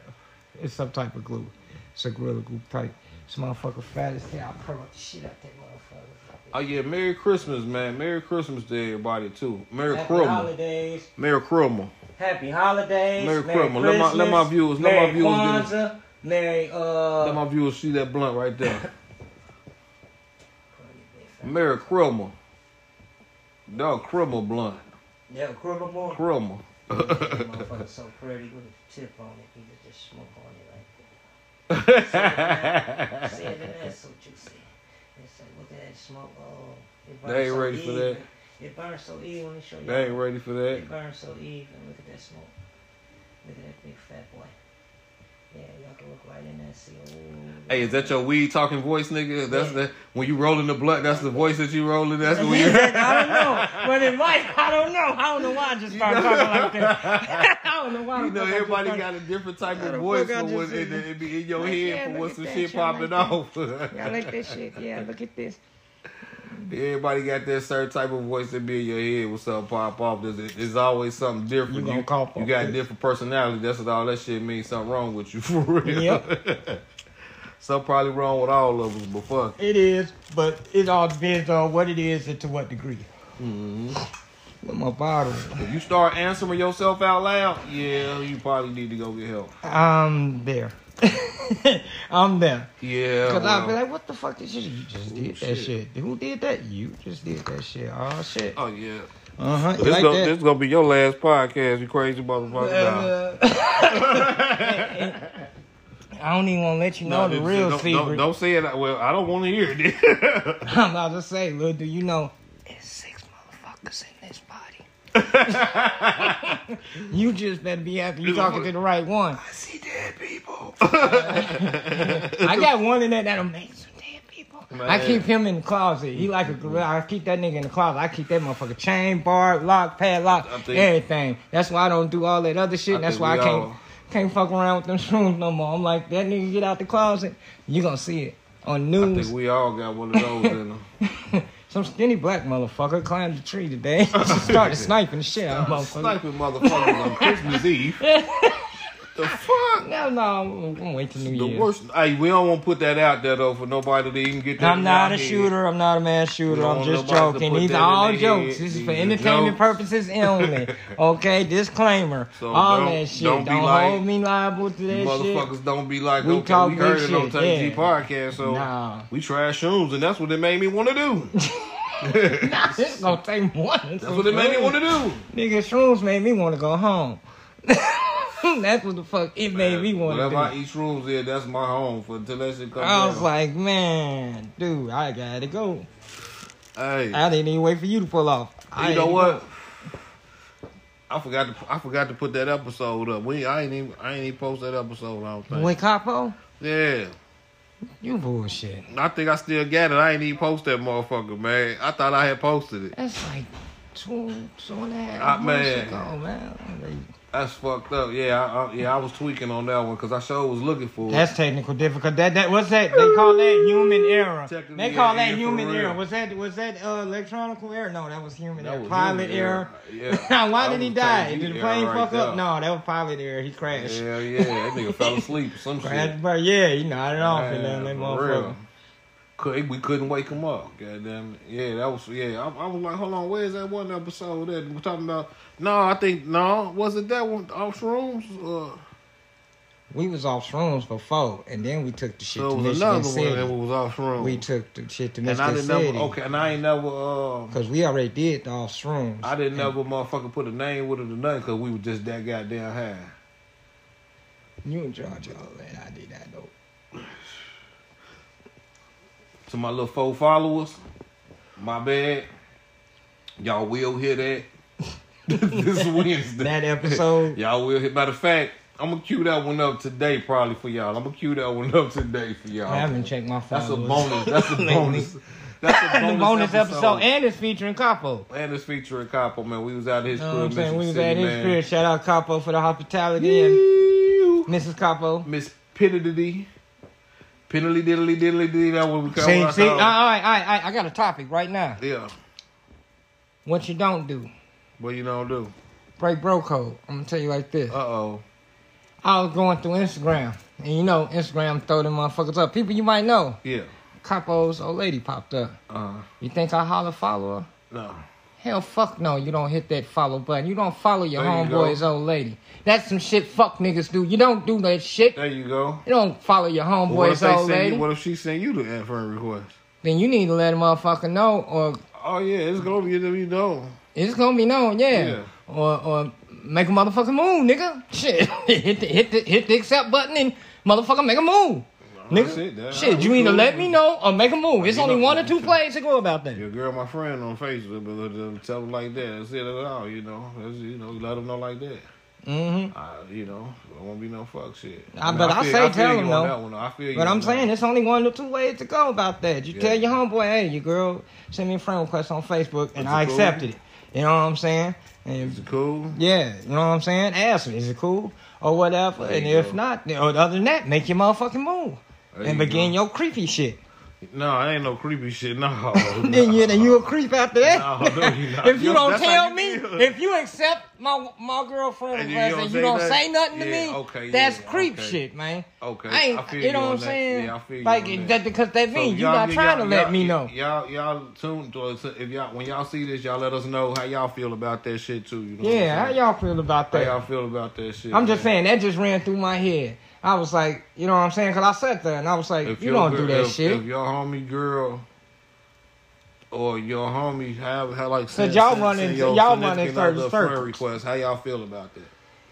Speaker 1: it's some type of glue. It's a gorilla glue type. This motherfucker fat as hell. I pull up the shit out that motherfucker.
Speaker 4: Oh yeah, Merry Christmas, man. Merry Christmas to everybody too. Merry
Speaker 1: Happy
Speaker 4: Christmas.
Speaker 1: holidays.
Speaker 4: Merry Christmas.
Speaker 1: Happy holidays.
Speaker 4: Merry
Speaker 1: Merry,
Speaker 4: Christmas.
Speaker 1: Christmas.
Speaker 4: Let my- let my viewers- let my
Speaker 1: Merry
Speaker 4: viewers get
Speaker 1: Kwanzaa. Merry uh.
Speaker 4: Let my viewers see that blunt right there. Merry Crumble. No, Crumble blunt.
Speaker 1: yeah, Christmas boy.
Speaker 4: Crumble.
Speaker 1: Motherfucker so pretty with a tip on it. You get the smoke on it like that. See it, man? That's so juicy. It's like, look at that smoke. Oh, it burns
Speaker 4: They ain't
Speaker 1: so
Speaker 4: ready for
Speaker 1: even.
Speaker 4: that.
Speaker 1: It burns so even. Let me show you.
Speaker 4: They ain't ready for that.
Speaker 1: It burns so even. Look at that smoke. Look at that big fat boy. Yeah, y'all can look right in there and see. Oh, Ooh,
Speaker 4: Hey, is that your weed talking voice, nigga? That's the when you rolling the blunt. That's the voice that you rolling. That's the
Speaker 1: I
Speaker 4: weird.
Speaker 1: don't know. But it might. I don't know. I don't know why I just started talking like that. I don't know why.
Speaker 4: You
Speaker 1: the
Speaker 4: know,
Speaker 1: fuck I just
Speaker 4: everybody
Speaker 1: started-
Speaker 4: got a different type
Speaker 1: How
Speaker 4: of
Speaker 1: the
Speaker 4: voice
Speaker 1: fuck I
Speaker 4: for
Speaker 1: just
Speaker 4: when
Speaker 1: said
Speaker 4: it,
Speaker 1: that?
Speaker 4: it be in your
Speaker 1: Like,
Speaker 4: head
Speaker 1: yeah,
Speaker 4: for
Speaker 1: look
Speaker 4: when
Speaker 1: at
Speaker 4: some
Speaker 1: that,
Speaker 4: shit
Speaker 1: y'all
Speaker 4: popping
Speaker 1: like
Speaker 4: off.
Speaker 1: Y'all like that shit? Yeah, look at this.
Speaker 4: Everybody got that certain type of voice that be in your head when something pop off. There's, there's always something different.
Speaker 1: You gonna cough
Speaker 4: you
Speaker 1: off
Speaker 4: got
Speaker 1: this.
Speaker 4: different personality. That's what all that shit means. Something wrong with you for real.
Speaker 1: Yep.
Speaker 4: something probably wrong with all of us, but fuck.
Speaker 1: It is, but it all depends on what it is and to what degree.
Speaker 4: Mm-hmm.
Speaker 1: With my bottle.
Speaker 4: If you start answering yourself out loud, yeah, you probably need to go get help.
Speaker 1: I'm there. I'm there.
Speaker 4: Yeah.
Speaker 1: Because I'll be
Speaker 4: well.
Speaker 1: like, what the fuck is this? You just did that shit. Who did that? You just did that shit. Oh, shit.
Speaker 4: Oh yeah,
Speaker 1: Uh huh.
Speaker 4: this,
Speaker 1: Like
Speaker 4: gonna,
Speaker 1: that.
Speaker 4: this gonna be your last podcast. You crazy motherfucker!
Speaker 1: Uh,
Speaker 4: Nah.
Speaker 1: I don't even want to let you know
Speaker 4: Nah,
Speaker 1: the
Speaker 4: this-
Speaker 1: real
Speaker 4: don't,
Speaker 1: secret.
Speaker 4: Don't, don't say it. Well, I don't want to hear it.
Speaker 1: I'm about to say, little do you know, it's six motherfuckers in this body. you just better be happy you talking to the right one.
Speaker 4: I see dead people.
Speaker 1: I got one in there that'll make some damn people. I
Speaker 4: Man.
Speaker 1: keep him in the closet. He like a gorilla. I keep that nigga in the closet. I keep that motherfucker chain, bar, lock, padlock,
Speaker 4: I think-
Speaker 1: everything. That's why I don't do all that other shit.
Speaker 4: I
Speaker 1: That's
Speaker 4: think
Speaker 1: why I
Speaker 4: we
Speaker 1: can't
Speaker 4: all-
Speaker 1: can't fuck around with them shrooms no more. I'm like, that nigga get out the closet, you gonna see it on
Speaker 4: I
Speaker 1: news.
Speaker 4: think we all got one of those in them.
Speaker 1: Some skinny black motherfucker climbed a tree today. Just started sniping the shit out of motherfucker.
Speaker 4: Sniping motherfuckers on Christmas Eve. the fuck?
Speaker 1: No, no, I'm I'm gonna wait till New
Speaker 4: The
Speaker 1: Year.
Speaker 4: worst. Hey, we don't want to put that out there though for nobody to even get that.
Speaker 1: I'm
Speaker 4: in
Speaker 1: not
Speaker 4: their
Speaker 1: a
Speaker 4: head.
Speaker 1: shooter. I'm not a mass
Speaker 4: We
Speaker 1: shooter.
Speaker 4: don't
Speaker 1: I'm
Speaker 4: want
Speaker 1: just
Speaker 4: nobody to
Speaker 1: joking.
Speaker 4: put
Speaker 1: These
Speaker 4: that
Speaker 1: are all
Speaker 4: in their head.
Speaker 1: jokes. This is
Speaker 4: These
Speaker 1: for
Speaker 4: are
Speaker 1: entertainment
Speaker 4: jokes.
Speaker 1: purposes only. Okay, disclaimer.
Speaker 4: So
Speaker 1: all
Speaker 4: don't-
Speaker 1: that shit.
Speaker 4: don't
Speaker 1: Don't,
Speaker 4: be like-
Speaker 1: hold me liable to
Speaker 4: You
Speaker 1: that
Speaker 4: motherfuckers
Speaker 1: shit.
Speaker 4: don't be like,
Speaker 1: We
Speaker 4: okay,
Speaker 1: talk
Speaker 4: we heard
Speaker 1: big
Speaker 4: it on
Speaker 1: shit,
Speaker 4: Tank
Speaker 1: yeah.
Speaker 4: G podcast, so
Speaker 1: Nah.
Speaker 4: we trash shrooms, and that's what it made me want to do.
Speaker 1: Nah, it's gonna take more than
Speaker 4: That's what it made me want to do.
Speaker 1: Nigga, shrooms made me want to go home. That's what the fuck it made me want to
Speaker 4: Whenever
Speaker 1: do.
Speaker 4: I eat shrooms, yeah, that's my home for until that shit comes
Speaker 1: I was
Speaker 4: down.
Speaker 1: like, man, dude, I gotta go.
Speaker 4: hey,
Speaker 1: I didn't even wait for you to pull off. I
Speaker 4: you know
Speaker 1: ain't
Speaker 4: what? I forgot to I forgot to put that episode up. We I ain't even I ain't even post that episode. I don't think.
Speaker 1: With Capo?
Speaker 4: Yeah,
Speaker 1: You bullshit.
Speaker 4: I think I still got it. I ain't even post that motherfucker, man. I thought I had posted it.
Speaker 1: That's like two, two and a
Speaker 4: Ah,
Speaker 1: half months
Speaker 4: man.
Speaker 1: ago, man.
Speaker 4: That's fucked up. Yeah, I, I, yeah, I was tweaking on that one because I sure was looking for it.
Speaker 1: That's technical difficult. That that what's that? They call that human error.
Speaker 4: Technical-
Speaker 1: They call
Speaker 4: yeah, yeah,
Speaker 1: that
Speaker 4: for
Speaker 1: human
Speaker 4: real.
Speaker 1: error. Was that was that uh, electronical error? No, that was human
Speaker 4: That
Speaker 1: error.
Speaker 4: was
Speaker 1: pilot
Speaker 4: human
Speaker 1: error.
Speaker 4: error. Yeah.
Speaker 1: Now Why
Speaker 4: That
Speaker 1: did he
Speaker 4: was
Speaker 1: die?
Speaker 4: human
Speaker 1: Did the
Speaker 4: error
Speaker 1: plane
Speaker 4: right
Speaker 1: fuck
Speaker 4: there.
Speaker 1: up? No, that was pilot error. He crashed.
Speaker 4: Hell yeah, that nigga fell asleep or some shit.
Speaker 1: Crashed, but yeah, he nodded off and then
Speaker 4: Man,
Speaker 1: that
Speaker 4: for
Speaker 1: motherfucker.
Speaker 4: real. Could, we couldn't wake him up. Goddamn. it. Yeah, that was. Yeah, I, I was like, hold on, where's that one episode that we're talking about? No, I think no, was it that one off shrooms? Uh,
Speaker 1: We was off shrooms before, and then we took the shit
Speaker 4: there
Speaker 1: to
Speaker 4: was
Speaker 1: Michigan
Speaker 4: another one
Speaker 1: City.
Speaker 4: that was off shrooms.
Speaker 1: we took the shit to
Speaker 4: and I
Speaker 1: Michigan
Speaker 4: didn't
Speaker 1: City.
Speaker 4: never. Okay, and I ain't never. Um,
Speaker 1: Cause we already did the off shrooms.
Speaker 4: I didn't
Speaker 1: And-
Speaker 4: never motherfucker put a name with it or nothing because we were just that goddamn high.
Speaker 1: You in charge of all that? I did that though.
Speaker 4: to my little four followers. My bad. Y'all will hear that this Wednesday.
Speaker 1: That episode.
Speaker 4: Y'all will hear. Matter of fact, I'm gonna cue that one up today, probably for y'all. I'm gonna cue that one up today for y'all.
Speaker 1: I haven't checked my phone.
Speaker 4: That's a bonus. That's a
Speaker 1: Lately.
Speaker 4: bonus. That's a
Speaker 1: the
Speaker 4: bonus,
Speaker 1: bonus episode.
Speaker 4: episode. And-
Speaker 1: and it's featuring Capo.
Speaker 4: it's featuring Capo, man. We was out of his
Speaker 1: You know what
Speaker 4: crib,
Speaker 1: I'm saying?
Speaker 4: Mission
Speaker 1: We was
Speaker 4: City,
Speaker 1: at his
Speaker 4: man.
Speaker 1: crib. Shout out Capo for the hospitality and
Speaker 4: Ew.
Speaker 1: Mrs. Capo.
Speaker 4: Miss Piddity. Piddly diddly diddly diddly. That one we call
Speaker 1: See,
Speaker 4: what I
Speaker 1: see, uh-uh. all
Speaker 4: call it.
Speaker 1: right, all right, all right, I got a topic right now.
Speaker 4: Yeah.
Speaker 1: What you don't do.
Speaker 4: What you don't do?
Speaker 1: Break bro code. I'm gonna tell you like this.
Speaker 4: Uh oh.
Speaker 1: I was going through Instagram, and you know Instagram throw them motherfuckers up. People you might know.
Speaker 4: Yeah.
Speaker 1: Capo's old lady popped up.
Speaker 4: Uh
Speaker 1: You think I holler follow her?
Speaker 4: no.
Speaker 1: Hell fuck no, you don't hit that follow button. You don't follow your
Speaker 4: There you
Speaker 1: homeboy's old lady. That's some shit fuck niggas do. You don't do that shit.
Speaker 4: There you go.
Speaker 1: You don't follow your
Speaker 4: But what if
Speaker 1: homeboy's
Speaker 4: they
Speaker 1: old
Speaker 4: send
Speaker 1: lady.
Speaker 4: You, what if she send you the friend request?
Speaker 1: then you need to let a motherfucker know, or
Speaker 4: Oh yeah, it's gonna be you know.
Speaker 1: it's gonna be known, yeah.
Speaker 4: Yeah.
Speaker 1: Or or make a motherfucker move, nigga. Shit, hit the hit the hit the accept button and motherfucker make a move.
Speaker 4: that's
Speaker 1: Nigga,
Speaker 4: it, that-
Speaker 1: shit,
Speaker 4: we
Speaker 1: you either
Speaker 4: cool.
Speaker 1: let me know or make a move. It's
Speaker 4: You
Speaker 1: only
Speaker 4: know-
Speaker 1: one or two plays to go about that.
Speaker 4: Your girl, my friend on Facebook, but let them tell them like that. That's it at all, you know. That's, you know, let them know like that.
Speaker 1: Mm-hmm.
Speaker 4: I, you know, it won't be no fuck shit.
Speaker 1: Ah, but I
Speaker 4: feel-
Speaker 1: say
Speaker 4: feel
Speaker 1: tell
Speaker 4: you
Speaker 1: them,
Speaker 4: on
Speaker 1: though.
Speaker 4: that one, though. I feel you
Speaker 1: But
Speaker 4: on
Speaker 1: I'm
Speaker 4: that
Speaker 1: saying
Speaker 4: one.
Speaker 1: it's only one or two ways to go about that. You
Speaker 4: Yeah.
Speaker 1: tell your homeboy, hey, your girl sent me a friend request on Facebook, and
Speaker 4: Is it
Speaker 1: I
Speaker 4: cool?
Speaker 1: accepted it. You know what I'm saying? And
Speaker 4: Is it cool?
Speaker 1: Yeah, you know what I'm saying? Ask me, is it cool? Or whatever.
Speaker 4: There
Speaker 1: and
Speaker 4: you
Speaker 1: if
Speaker 4: go.
Speaker 1: not, then- or other than that, make your motherfucking move.
Speaker 4: There
Speaker 1: and
Speaker 4: you
Speaker 1: begin
Speaker 4: go.
Speaker 1: your creepy shit.
Speaker 4: No, it ain't no creepy shit. No.
Speaker 1: Then you
Speaker 4: no.
Speaker 1: then you a creep after that.
Speaker 4: No, no, you not.
Speaker 1: if you don't
Speaker 4: That's how
Speaker 1: tell
Speaker 4: you
Speaker 1: me,
Speaker 4: feel.
Speaker 1: if you accept my my girlfriend
Speaker 4: And
Speaker 1: request
Speaker 4: you
Speaker 1: and you,
Speaker 4: don't
Speaker 1: don't,
Speaker 4: say
Speaker 1: say nothing
Speaker 4: nothing?
Speaker 1: to
Speaker 4: Yeah,
Speaker 1: me,
Speaker 4: okay,
Speaker 1: that's
Speaker 4: yeah,
Speaker 1: creep
Speaker 4: okay.
Speaker 1: shit, man.
Speaker 4: Okay,
Speaker 1: I ain't,
Speaker 4: I feel
Speaker 1: you
Speaker 4: you
Speaker 1: know
Speaker 4: on
Speaker 1: what I'm
Speaker 4: that.
Speaker 1: saying?
Speaker 4: Yeah, I feel you
Speaker 1: like
Speaker 4: on that.
Speaker 1: because that
Speaker 4: So
Speaker 1: mean you're
Speaker 4: y'all
Speaker 1: not
Speaker 4: need-
Speaker 1: trying to
Speaker 4: y'all-
Speaker 1: let
Speaker 4: y'all-
Speaker 1: me know.
Speaker 4: Y'all, y'all tune to us. If y'all, when y'all see this, y'all let us know how y'all feel about that shit too. You know what I'm
Speaker 1: yeah, how
Speaker 4: saying?
Speaker 1: y'all feel about
Speaker 4: how
Speaker 1: that?
Speaker 4: y'all feel about that shit?
Speaker 1: I'm just saying
Speaker 4: man?
Speaker 1: that just ran through my head. I was like, you know what I'm saying? Cause I sat there and I was like,
Speaker 4: If
Speaker 1: you
Speaker 4: your
Speaker 1: don't
Speaker 4: girl-
Speaker 1: do that
Speaker 4: if,
Speaker 1: shit.
Speaker 4: If your homie girl or your homie have, have like
Speaker 1: So y'all running-
Speaker 4: your
Speaker 1: y'all running
Speaker 4: significant other
Speaker 1: certain
Speaker 4: friend
Speaker 1: circles.
Speaker 4: request, how y'all feel about that?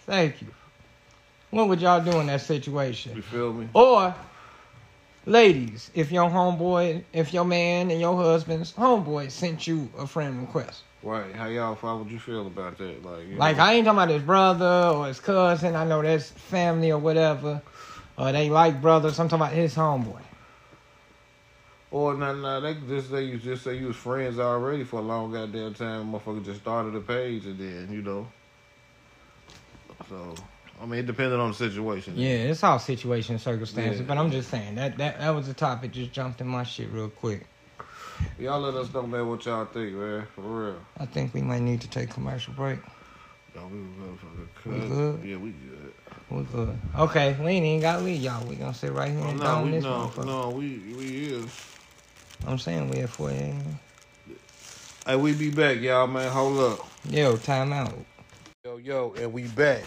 Speaker 1: Thank you. What would y'all do in that situation?
Speaker 4: You feel me?
Speaker 1: Or, ladies, if your homeboy, if your man and your husband's homeboy sent you a friend request.
Speaker 4: Right? How y'all? How would you feel about that? Like, you
Speaker 1: Like,
Speaker 4: know,
Speaker 1: I ain't talking about his brother or his cousin. I know that's family or whatever. Or they like brothers. I'm talking about his homeboy.
Speaker 4: Or no, no, they just say you just say you was friends already for a long goddamn time. Motherfucker just started a page and then you know. So I mean, it depended on the situation.
Speaker 1: Yeah, it's all situation and circumstances.
Speaker 4: Yeah.
Speaker 1: But I'm just saying, that, that, that was a topic just jumped in my shit real quick.
Speaker 4: Y'all let us know, man, what y'all think, man. For real.
Speaker 1: I think we might need to take commercial break.
Speaker 4: Y'all, we
Speaker 1: We
Speaker 4: was motherfucking cut.
Speaker 1: good?
Speaker 4: Yeah, we good.
Speaker 1: We good. Okay, we ain't even got to leave, y'all. We gonna sit right here and
Speaker 4: Oh, no,
Speaker 1: down
Speaker 4: we
Speaker 1: this
Speaker 4: no,
Speaker 1: motherfucker.
Speaker 4: no, we we is.
Speaker 1: I'm saying we at 4 a.m.
Speaker 4: Hey, we be back, y'all, man. Hold up.
Speaker 1: Yo, time out.
Speaker 4: Yo, yo, and we back.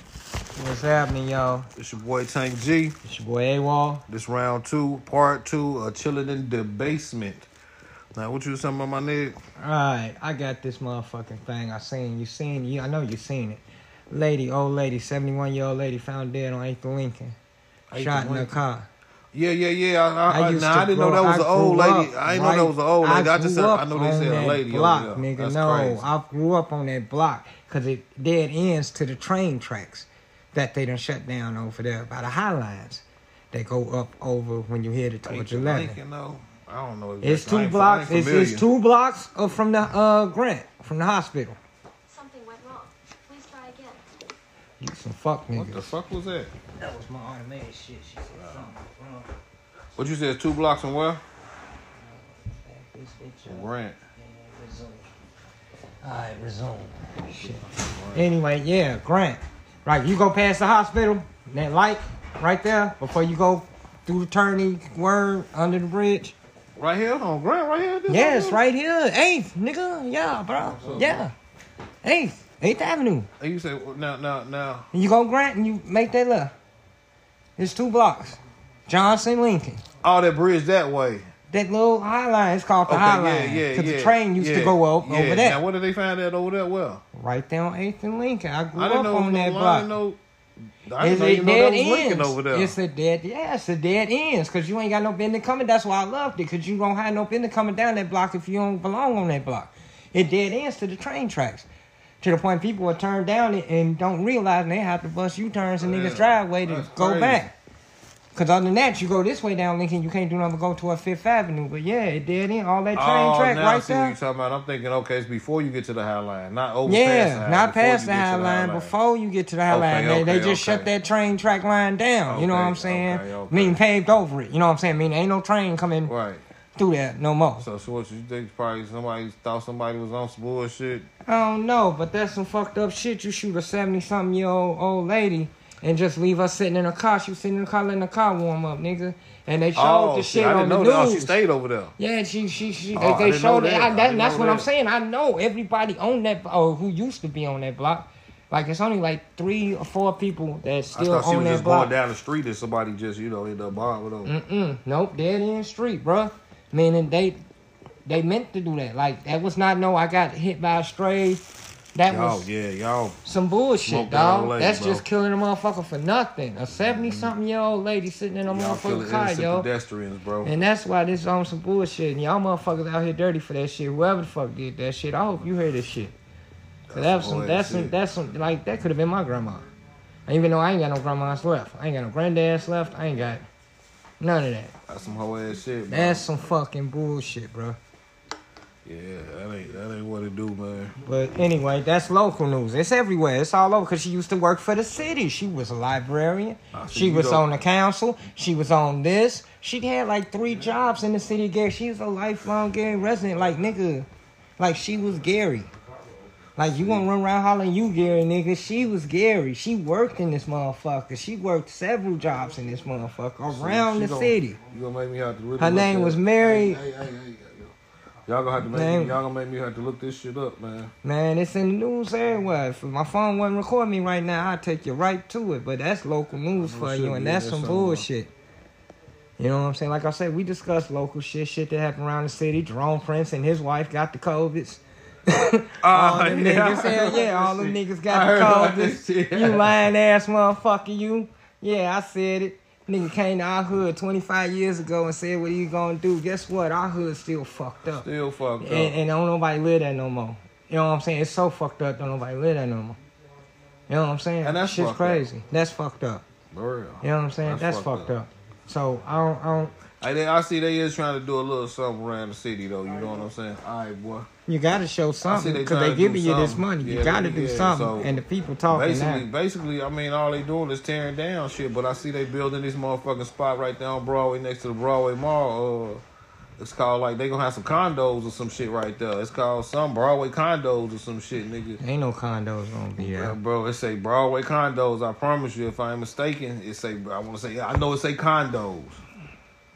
Speaker 1: What's happening, y'all?
Speaker 4: It's your boy Tank G.
Speaker 1: It's your boy AWOL.
Speaker 4: This round two, part two, of chilling in the basement. Now, what you was talking about, my nigga?
Speaker 1: Alright, I got this motherfucking thing. I seen you seen you I know you seen it. Lady, old lady, 71 year old lady found dead on 8th and Lincoln.
Speaker 4: Eighth
Speaker 1: Shot
Speaker 4: and
Speaker 1: in her
Speaker 4: Lincoln.
Speaker 1: car.
Speaker 4: Yeah, yeah, yeah. I, I,
Speaker 1: I
Speaker 4: I,
Speaker 1: used
Speaker 4: nah,
Speaker 1: to
Speaker 4: I didn't know
Speaker 1: grow-
Speaker 4: that was
Speaker 1: I
Speaker 4: an old
Speaker 1: grew
Speaker 4: lady.
Speaker 1: up
Speaker 4: I didn't know that was an old lady. I,
Speaker 1: I
Speaker 4: just
Speaker 1: grew
Speaker 4: said, I
Speaker 1: up
Speaker 4: know they
Speaker 1: on
Speaker 4: said a
Speaker 1: that
Speaker 4: lady. over
Speaker 1: block,
Speaker 4: there.
Speaker 1: nigga.
Speaker 4: That's
Speaker 1: no,
Speaker 4: crazy.
Speaker 1: I grew up on that block. because it dead ends to the train tracks that they done shut down over there by the high lines that go up over when you headed towards
Speaker 4: Lincoln,
Speaker 1: 11.
Speaker 4: Lincoln, though. I don't know.
Speaker 1: It's
Speaker 4: exactly. I
Speaker 1: two
Speaker 4: ain't- I
Speaker 1: blocks.
Speaker 4: ain't
Speaker 1: It's, it's
Speaker 4: familiar.
Speaker 1: two blocks up from the uh, Grant, from the hospital.
Speaker 6: Something went wrong. Please try again.
Speaker 1: You some fuck
Speaker 4: What the
Speaker 1: niggas.
Speaker 4: fuck was that?
Speaker 1: That was my automated shit. She said something wrong.
Speaker 4: What you said? Two blocks from where?
Speaker 1: This bitch up.
Speaker 4: Grant.
Speaker 1: Alright, resume. Shit. Anyway, yeah, Grant. Right, you go past the hospital, that light right there, before you go through the turning word under the bridge.
Speaker 4: Right here on Grant. Right here. This
Speaker 1: Yeah,
Speaker 4: right
Speaker 1: it's right here. Eighth, nigga. Yeah, bro. Yeah. Eighth. Eighth Avenue.
Speaker 4: here. And You say well, now, now, now.
Speaker 1: And you go Grant and you make that left. It's two blocks. Johnson Lincoln.
Speaker 4: All that bridge that way.
Speaker 1: That little high line is called the
Speaker 4: Okay,
Speaker 1: high
Speaker 4: yeah,
Speaker 1: line.
Speaker 4: yeah, yeah.
Speaker 1: Because the train used to
Speaker 4: yeah,
Speaker 1: go up
Speaker 4: yeah.
Speaker 1: over there.
Speaker 4: Now, what did they find that over there? Well,
Speaker 1: Right there on 8th and Lincoln. I grew
Speaker 4: I didn't
Speaker 1: up
Speaker 4: know.
Speaker 1: on
Speaker 4: no,
Speaker 1: that
Speaker 4: I
Speaker 1: block.
Speaker 4: didn't know. I
Speaker 1: It's
Speaker 4: didn't know
Speaker 1: a
Speaker 4: you know
Speaker 1: dead
Speaker 4: that was Lincoln
Speaker 1: ends.
Speaker 4: over there.
Speaker 1: It's a dead, yeah, it's a dead ends because you ain't got no business coming. That's why I loved it because you don't have no business coming down that block if you don't belong on that block. It dead ends to the train tracks to the point people are turned down it and don't realize they have to bust U turns and
Speaker 4: Oh, Yeah,
Speaker 1: niggas driveway to
Speaker 4: that's
Speaker 1: go
Speaker 4: crazy.
Speaker 1: back. Because other than that, you go this way down Lincoln, you can't do nothing but go toward Fifth Avenue. But yeah, it dead end. All that train
Speaker 4: oh,
Speaker 1: track
Speaker 4: now I
Speaker 1: right
Speaker 4: see what
Speaker 1: there.
Speaker 4: you're talking about. I'm thinking, okay, it's before you get to the High Line, not over. past the
Speaker 1: Yeah,
Speaker 4: high
Speaker 1: not
Speaker 4: before
Speaker 1: past
Speaker 4: you
Speaker 1: the
Speaker 4: get
Speaker 1: high
Speaker 4: to the
Speaker 1: line. Before you get to the high
Speaker 4: Okay,
Speaker 1: line, they, they
Speaker 4: okay,
Speaker 1: just shut
Speaker 4: okay.
Speaker 1: that train track line down. you know what
Speaker 4: Okay,
Speaker 1: I'm saying?
Speaker 4: okay,
Speaker 1: Mean
Speaker 4: okay.
Speaker 1: paved over it. You know what I'm saying? Mean ain't no train coming
Speaker 4: Right.
Speaker 1: through there no more.
Speaker 4: So, so what you think? Probably somebody thought somebody was on some bullshit.
Speaker 1: I don't know, but that's some fucked up shit. You shoot a seventy something year old old lady and just leave her sitting in a car. She was sitting in the car letting the car warm up, nigga. And they showed the shit
Speaker 4: Oh, I
Speaker 1: on
Speaker 4: didn't
Speaker 1: the
Speaker 4: know
Speaker 1: news.
Speaker 4: that. Oh, she stayed over there.
Speaker 1: Yeah, she she she.
Speaker 4: Oh, I
Speaker 1: they they
Speaker 4: didn't know
Speaker 1: showed it.
Speaker 4: that.
Speaker 1: I,
Speaker 4: I
Speaker 1: that
Speaker 4: didn't
Speaker 1: that's
Speaker 4: know
Speaker 1: what I'm
Speaker 4: that.
Speaker 1: saying. I know everybody on that or who used to be on that block. Like it's only like three or four people that's
Speaker 4: I
Speaker 1: still
Speaker 4: thought
Speaker 1: on
Speaker 4: she was
Speaker 1: that
Speaker 4: just
Speaker 1: block. Mm,
Speaker 4: going down the street and somebody just, you know, ended up bombed with her.
Speaker 1: Mm-mm. Nope, dead end street, bruh. Meaning they they meant to do that. Like that was not no. I got hit by a stray. That
Speaker 4: Y'all,
Speaker 1: was
Speaker 4: yeah, y'all.
Speaker 1: some bullshit,
Speaker 4: Smoked that
Speaker 1: dog.
Speaker 4: old lady,
Speaker 1: that's
Speaker 4: bro. Mm-hmm.
Speaker 1: just killing a motherfucker for nothing. A seventy something year old lady sitting in a
Speaker 4: Y'all
Speaker 1: motherfucking
Speaker 4: killing
Speaker 1: car,
Speaker 4: innocent
Speaker 1: yo.
Speaker 4: pedestrians, bro.
Speaker 1: And that's why this on some bullshit. And y'all motherfuckers out here dirty for that shit. Whoever the fuck did that shit, I hope you hear this shit. Cause that's
Speaker 4: some
Speaker 1: some,
Speaker 4: bull
Speaker 1: that's some,
Speaker 4: shit.
Speaker 1: that's some, like that could have been my grandma. And even though I ain't got no grandmas left, I ain't got no granddads left. I ain't got none of that.
Speaker 4: That's some whole ass shit, man.
Speaker 1: That's some fucking bullshit, bro.
Speaker 4: Yeah, that ain't that ain't what it do, man.
Speaker 1: But anyway, that's local news. It's everywhere. It's all over because she used to work for the city. She was a librarian.
Speaker 4: Ah, so
Speaker 1: she
Speaker 4: you
Speaker 1: was
Speaker 4: don't-
Speaker 1: on the council. She was on this. She had like three jobs in the city of Gary. She was a lifelong Gary resident. Like, nigga, like she was Gary. Like, you gonna run around hollering you Gary, nigga. She was Gary. She worked in this motherfucker. She worked several jobs in this motherfucker around
Speaker 4: She
Speaker 1: the
Speaker 4: gonna-
Speaker 1: city.
Speaker 4: You gonna make me have to really
Speaker 1: Her
Speaker 4: look
Speaker 1: name
Speaker 4: that-
Speaker 1: was Mary.
Speaker 4: Hey, hey, hey, hey, Y'all gonna have to make
Speaker 1: Name-
Speaker 4: me, y'all gonna make me have to look this shit up, man.
Speaker 1: Man, it's in the news everywhere. If my phone wasn't recording me right now, I'd take you right to it. But that's local news
Speaker 4: Oh,
Speaker 1: for
Speaker 4: shit,
Speaker 1: you, and
Speaker 4: yeah,
Speaker 1: that's
Speaker 4: that's
Speaker 1: some
Speaker 4: something else.
Speaker 1: bullshit. You know what I'm saying? Like I said, we discussed local shit, shit that happened around the city. Jerome Prince and his wife got the COVIDs. all them niggas, hell yeah, all them niggas
Speaker 4: Ah, I heard
Speaker 1: got
Speaker 4: about
Speaker 1: the
Speaker 4: this shit.
Speaker 1: COVIDs. You lying ass motherfucker, you. Yeah, I said it. Nigga came to our hood 25 years ago and said, what are you gonna do? Guess what? Our hood's still fucked up.
Speaker 4: Still fucked up.
Speaker 1: And, and don't nobody live there no more. You know what I'm saying? It's so fucked up. Don't nobody live there no more. You know what I'm saying?
Speaker 4: And that's
Speaker 1: shit's
Speaker 4: fucked up.
Speaker 1: crazy. That's fucked up.
Speaker 4: For real.
Speaker 1: You know what I'm saying? That's, fucked up. So I don't, I don't.
Speaker 4: Hey, they, I see they is trying to do a little something around the city though. You know what I'm saying? All right, boy.
Speaker 1: You got to show something
Speaker 4: they
Speaker 1: because
Speaker 4: trying
Speaker 1: they,
Speaker 4: to do
Speaker 1: giving you this
Speaker 4: something.
Speaker 1: money.
Speaker 4: Yeah,
Speaker 1: you
Speaker 4: they-
Speaker 1: got to do
Speaker 4: yeah,
Speaker 1: something.
Speaker 4: so
Speaker 1: and the people talking
Speaker 4: Basically,
Speaker 1: now.
Speaker 4: basically, I mean, all they doing is tearing down shit. But I see they building this motherfucking spot right there on Broadway next to the Broadway Mall. Uh, it's called like they gonna have some condos or some shit right there. It's called some Broadway condos or some shit, nigga.
Speaker 1: Ain't no condos gonna be
Speaker 4: Yeah,
Speaker 1: there.
Speaker 4: bro, it say Broadway condos. I promise you, if I ain't mistaken, it say I want to say I know it say condos.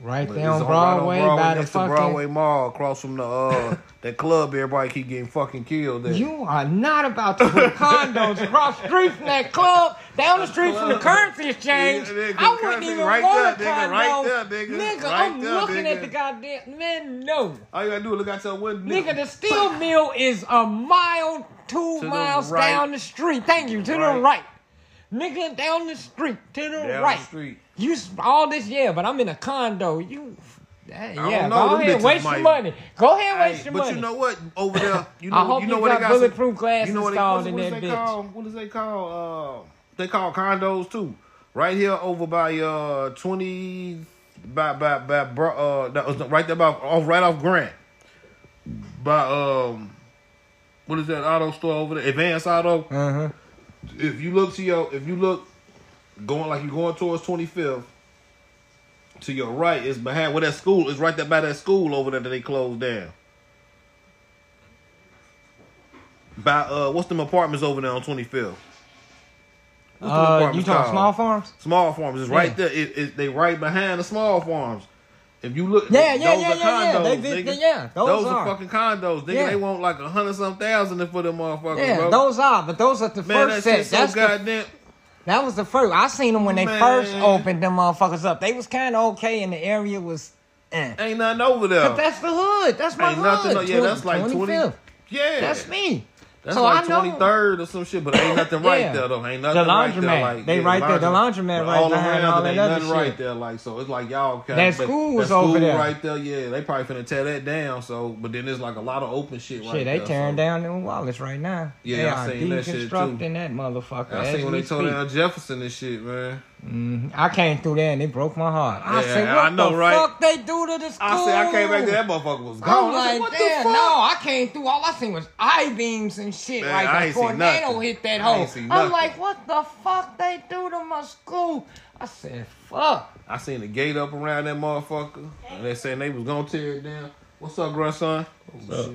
Speaker 1: Right
Speaker 4: But
Speaker 1: there
Speaker 4: it's
Speaker 1: on
Speaker 4: on- right
Speaker 1: Broadway, by the
Speaker 4: next
Speaker 1: fucking.
Speaker 4: to Broadway Mall, across from the uh that club. Everybody keep getting fucking killed. There.
Speaker 1: You are not about to put condos across the street from that club, down the street from the currency exchange.
Speaker 4: Yeah, nigga,
Speaker 1: I wouldn't
Speaker 4: currency
Speaker 1: even
Speaker 4: right
Speaker 1: want
Speaker 4: there,
Speaker 1: a
Speaker 4: nigga,
Speaker 1: condo.
Speaker 4: right there, nigga, right
Speaker 1: I'm
Speaker 4: there,
Speaker 1: looking at
Speaker 4: nigga.
Speaker 1: the goddamn man. No,
Speaker 4: all you gotta do is look out your window.
Speaker 1: nigga, the steel mill is a mile, two
Speaker 4: To the
Speaker 1: miles
Speaker 4: right.
Speaker 1: down the street. Thank you. To the
Speaker 4: Right.
Speaker 1: right, nigga, down the street. To the
Speaker 4: Down the
Speaker 1: right.
Speaker 4: street.
Speaker 1: You s- all this, yeah, but I'm in a condo. You, Hey,
Speaker 4: don't
Speaker 1: yeah,
Speaker 4: know,
Speaker 1: go
Speaker 4: them
Speaker 1: ahead,
Speaker 4: bitches
Speaker 1: waste
Speaker 4: might-
Speaker 1: your money. Go ahead, and waste
Speaker 4: Hey,
Speaker 1: your
Speaker 4: but
Speaker 1: money.
Speaker 4: you know what? Over there, you know,
Speaker 1: I hope
Speaker 4: you know
Speaker 1: you
Speaker 4: what
Speaker 1: got
Speaker 4: they got some-
Speaker 1: bulletproof glass
Speaker 4: you know what they,
Speaker 1: installed
Speaker 4: what's,
Speaker 1: in
Speaker 4: what's
Speaker 1: that
Speaker 4: they
Speaker 1: bitch.
Speaker 4: call? What does they call? Uh, they call condos too. Right here, over by uh twenty, by by by Bro- uh, that was right there by off right off Grant. By um, what is that auto store over there? Advance Auto.
Speaker 1: Uh huh.
Speaker 4: If you look to your, if you look, going like you're going towards twenty fifth. To your right is behind where that school is. Right there by that school over there that they closed down. By uh, what's them apartments over there on twenty fifth?
Speaker 1: Uh, you talking small farms?
Speaker 4: Small farms is
Speaker 1: Yeah.
Speaker 4: right there. It, it, they right behind the small farms. If you look,
Speaker 1: Yeah,
Speaker 4: th-
Speaker 1: yeah,
Speaker 4: those
Speaker 1: yeah, yeah,
Speaker 4: are
Speaker 1: yeah.
Speaker 4: condos,
Speaker 1: They- they-
Speaker 4: nigga.
Speaker 1: they- yeah, those are.
Speaker 4: fucking condos. Nigga,
Speaker 1: Yeah.
Speaker 4: they want like a hundred some thousand for them motherfuckers,
Speaker 1: Yeah,
Speaker 4: bro.
Speaker 1: those are, but those are the
Speaker 4: Man,
Speaker 1: first
Speaker 4: that
Speaker 1: set.
Speaker 4: shit so
Speaker 1: That's the,
Speaker 4: goddamn.
Speaker 1: that was the first. I seen them when they first
Speaker 4: Man.
Speaker 1: opened them motherfuckers up. They was kind of okay, and the area was. Eh.
Speaker 4: Ain't nothing over there.
Speaker 1: But that's the hood. That's my
Speaker 4: Ain't
Speaker 1: hood.
Speaker 4: nothing. yeah, that's like
Speaker 1: 20
Speaker 4: twenty.
Speaker 1: 25th.
Speaker 4: Yeah,
Speaker 1: That's me.
Speaker 4: That's
Speaker 1: so
Speaker 4: like
Speaker 1: I know.
Speaker 4: twenty third or some shit, but ain't nothing right
Speaker 1: Yeah.
Speaker 4: there though. Ain't
Speaker 1: The
Speaker 4: nothing right there.
Speaker 1: laundromat.
Speaker 4: Like,
Speaker 1: They right there. The laundromat
Speaker 4: But
Speaker 1: right
Speaker 4: all
Speaker 1: behind
Speaker 4: around
Speaker 1: all
Speaker 4: it, ain't
Speaker 1: that other
Speaker 4: nothing right
Speaker 1: shit.
Speaker 4: there. Like so, it's like y'all. Kind
Speaker 1: That school was over there.
Speaker 4: right there. Yeah, they probably finna tear that down. So, but then there's like a lot of open shit right
Speaker 1: Shit, they
Speaker 4: there.
Speaker 1: tearing
Speaker 4: so.
Speaker 1: down them wallets right now.
Speaker 4: Yeah,
Speaker 1: they
Speaker 4: I
Speaker 1: are
Speaker 4: seen that shit, too.
Speaker 1: deconstructing that motherfucker.
Speaker 4: I seen when they tore down Jefferson and shit, man.
Speaker 1: Mm, I came through there and it broke my heart. I
Speaker 4: Yeah,
Speaker 1: said,
Speaker 4: I
Speaker 1: "What
Speaker 4: know,
Speaker 1: the
Speaker 4: right?
Speaker 1: fuck they do to this?"
Speaker 4: I said I came back to that motherfucker was
Speaker 1: I'm
Speaker 4: gone. I said,
Speaker 1: like,
Speaker 4: what
Speaker 1: damn,
Speaker 4: the fuck?
Speaker 1: no, I came through. All I seen was I beams and shit.
Speaker 4: Man, I
Speaker 1: like a
Speaker 4: ain't seen
Speaker 1: tornado
Speaker 4: nothing.
Speaker 1: hit that
Speaker 4: I ain't
Speaker 1: hole.
Speaker 4: seen
Speaker 1: I'm
Speaker 4: nothing.
Speaker 1: like, what the fuck they do to my school? I said, fuck.
Speaker 4: I seen the gate up around that motherfucker, and they saying they was gonna tear it down. What's up, grandson? What's
Speaker 1: up?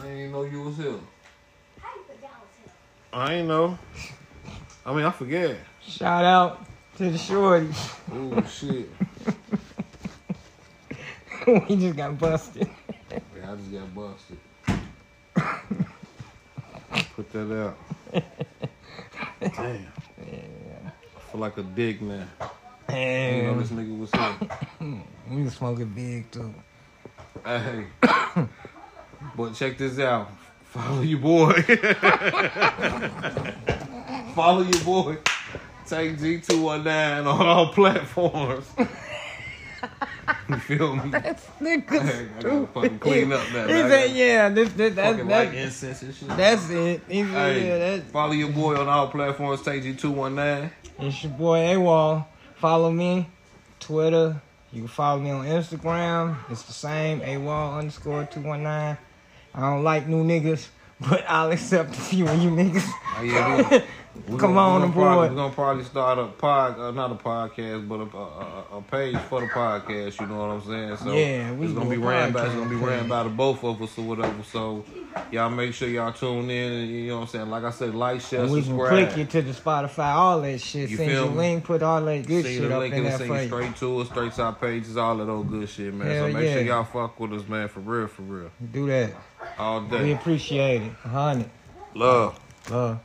Speaker 4: I ain't know you was here.
Speaker 6: How you put Dallas here?
Speaker 4: I ain't know. I mean, I forget.
Speaker 1: Shout out to the shorty.
Speaker 4: Oh shit!
Speaker 1: we just got busted.
Speaker 4: Man, I just got busted. Put that out. Damn. I feel like a dick now. I didn't know
Speaker 1: And
Speaker 4: this nigga was here.
Speaker 1: we was smoking big too.
Speaker 4: Hey. but check this out. Follow your boy. Follow your boy. Take G219 on all platforms. you feel me?
Speaker 1: That's
Speaker 4: Hey,
Speaker 1: niggas.
Speaker 4: I gotta fucking clean up that.
Speaker 1: He
Speaker 4: man. I
Speaker 1: said,
Speaker 4: gotta
Speaker 1: yeah, this, this, that,
Speaker 4: fucking
Speaker 1: that-
Speaker 4: like incense and shit.
Speaker 1: that's it. He said,
Speaker 4: Hey,
Speaker 1: yeah, that's
Speaker 4: follow your boy on all platforms. Take G219.
Speaker 1: It's your boy AWOL. Follow me, Twitter. You can follow me on Instagram. It's the same, AWOL underscore 219. I don't like new niggas, but I'll accept a few of you niggas.
Speaker 4: Oh, yeah, we- we
Speaker 1: Come
Speaker 4: gonna-
Speaker 1: on
Speaker 4: we gonna probably-
Speaker 1: aboard.
Speaker 4: We're gonna probably start a pod, uh, not a podcast, but a, a, a- a page for the podcast. You know what I'm saying? So
Speaker 1: Yeah, we
Speaker 4: it's gonna
Speaker 1: do
Speaker 4: be
Speaker 1: a
Speaker 4: ran by it's
Speaker 1: podcast
Speaker 4: gonna be ran by the both of us or whatever. So y'all make sure y'all tune in. And, you know what I'm saying? Like I said, like, share,
Speaker 1: we can click you
Speaker 4: subscribe.
Speaker 1: to the Spotify, all that shit.
Speaker 4: You
Speaker 1: send
Speaker 4: feel
Speaker 1: you
Speaker 4: me?
Speaker 1: link, put all that good
Speaker 4: Send you
Speaker 1: shit
Speaker 4: the
Speaker 1: up
Speaker 4: link
Speaker 1: in
Speaker 4: and
Speaker 1: there for
Speaker 4: it send you
Speaker 1: you.
Speaker 4: straight to us, straight to our pages, all that old good shit, man.
Speaker 1: Hell
Speaker 4: so make sure
Speaker 1: yeah.
Speaker 4: y'all fuck with us, man, for real, for real,
Speaker 1: Do that.
Speaker 4: all
Speaker 1: We
Speaker 4: day.
Speaker 1: appreciate it. Honey.
Speaker 4: Love.
Speaker 1: Love.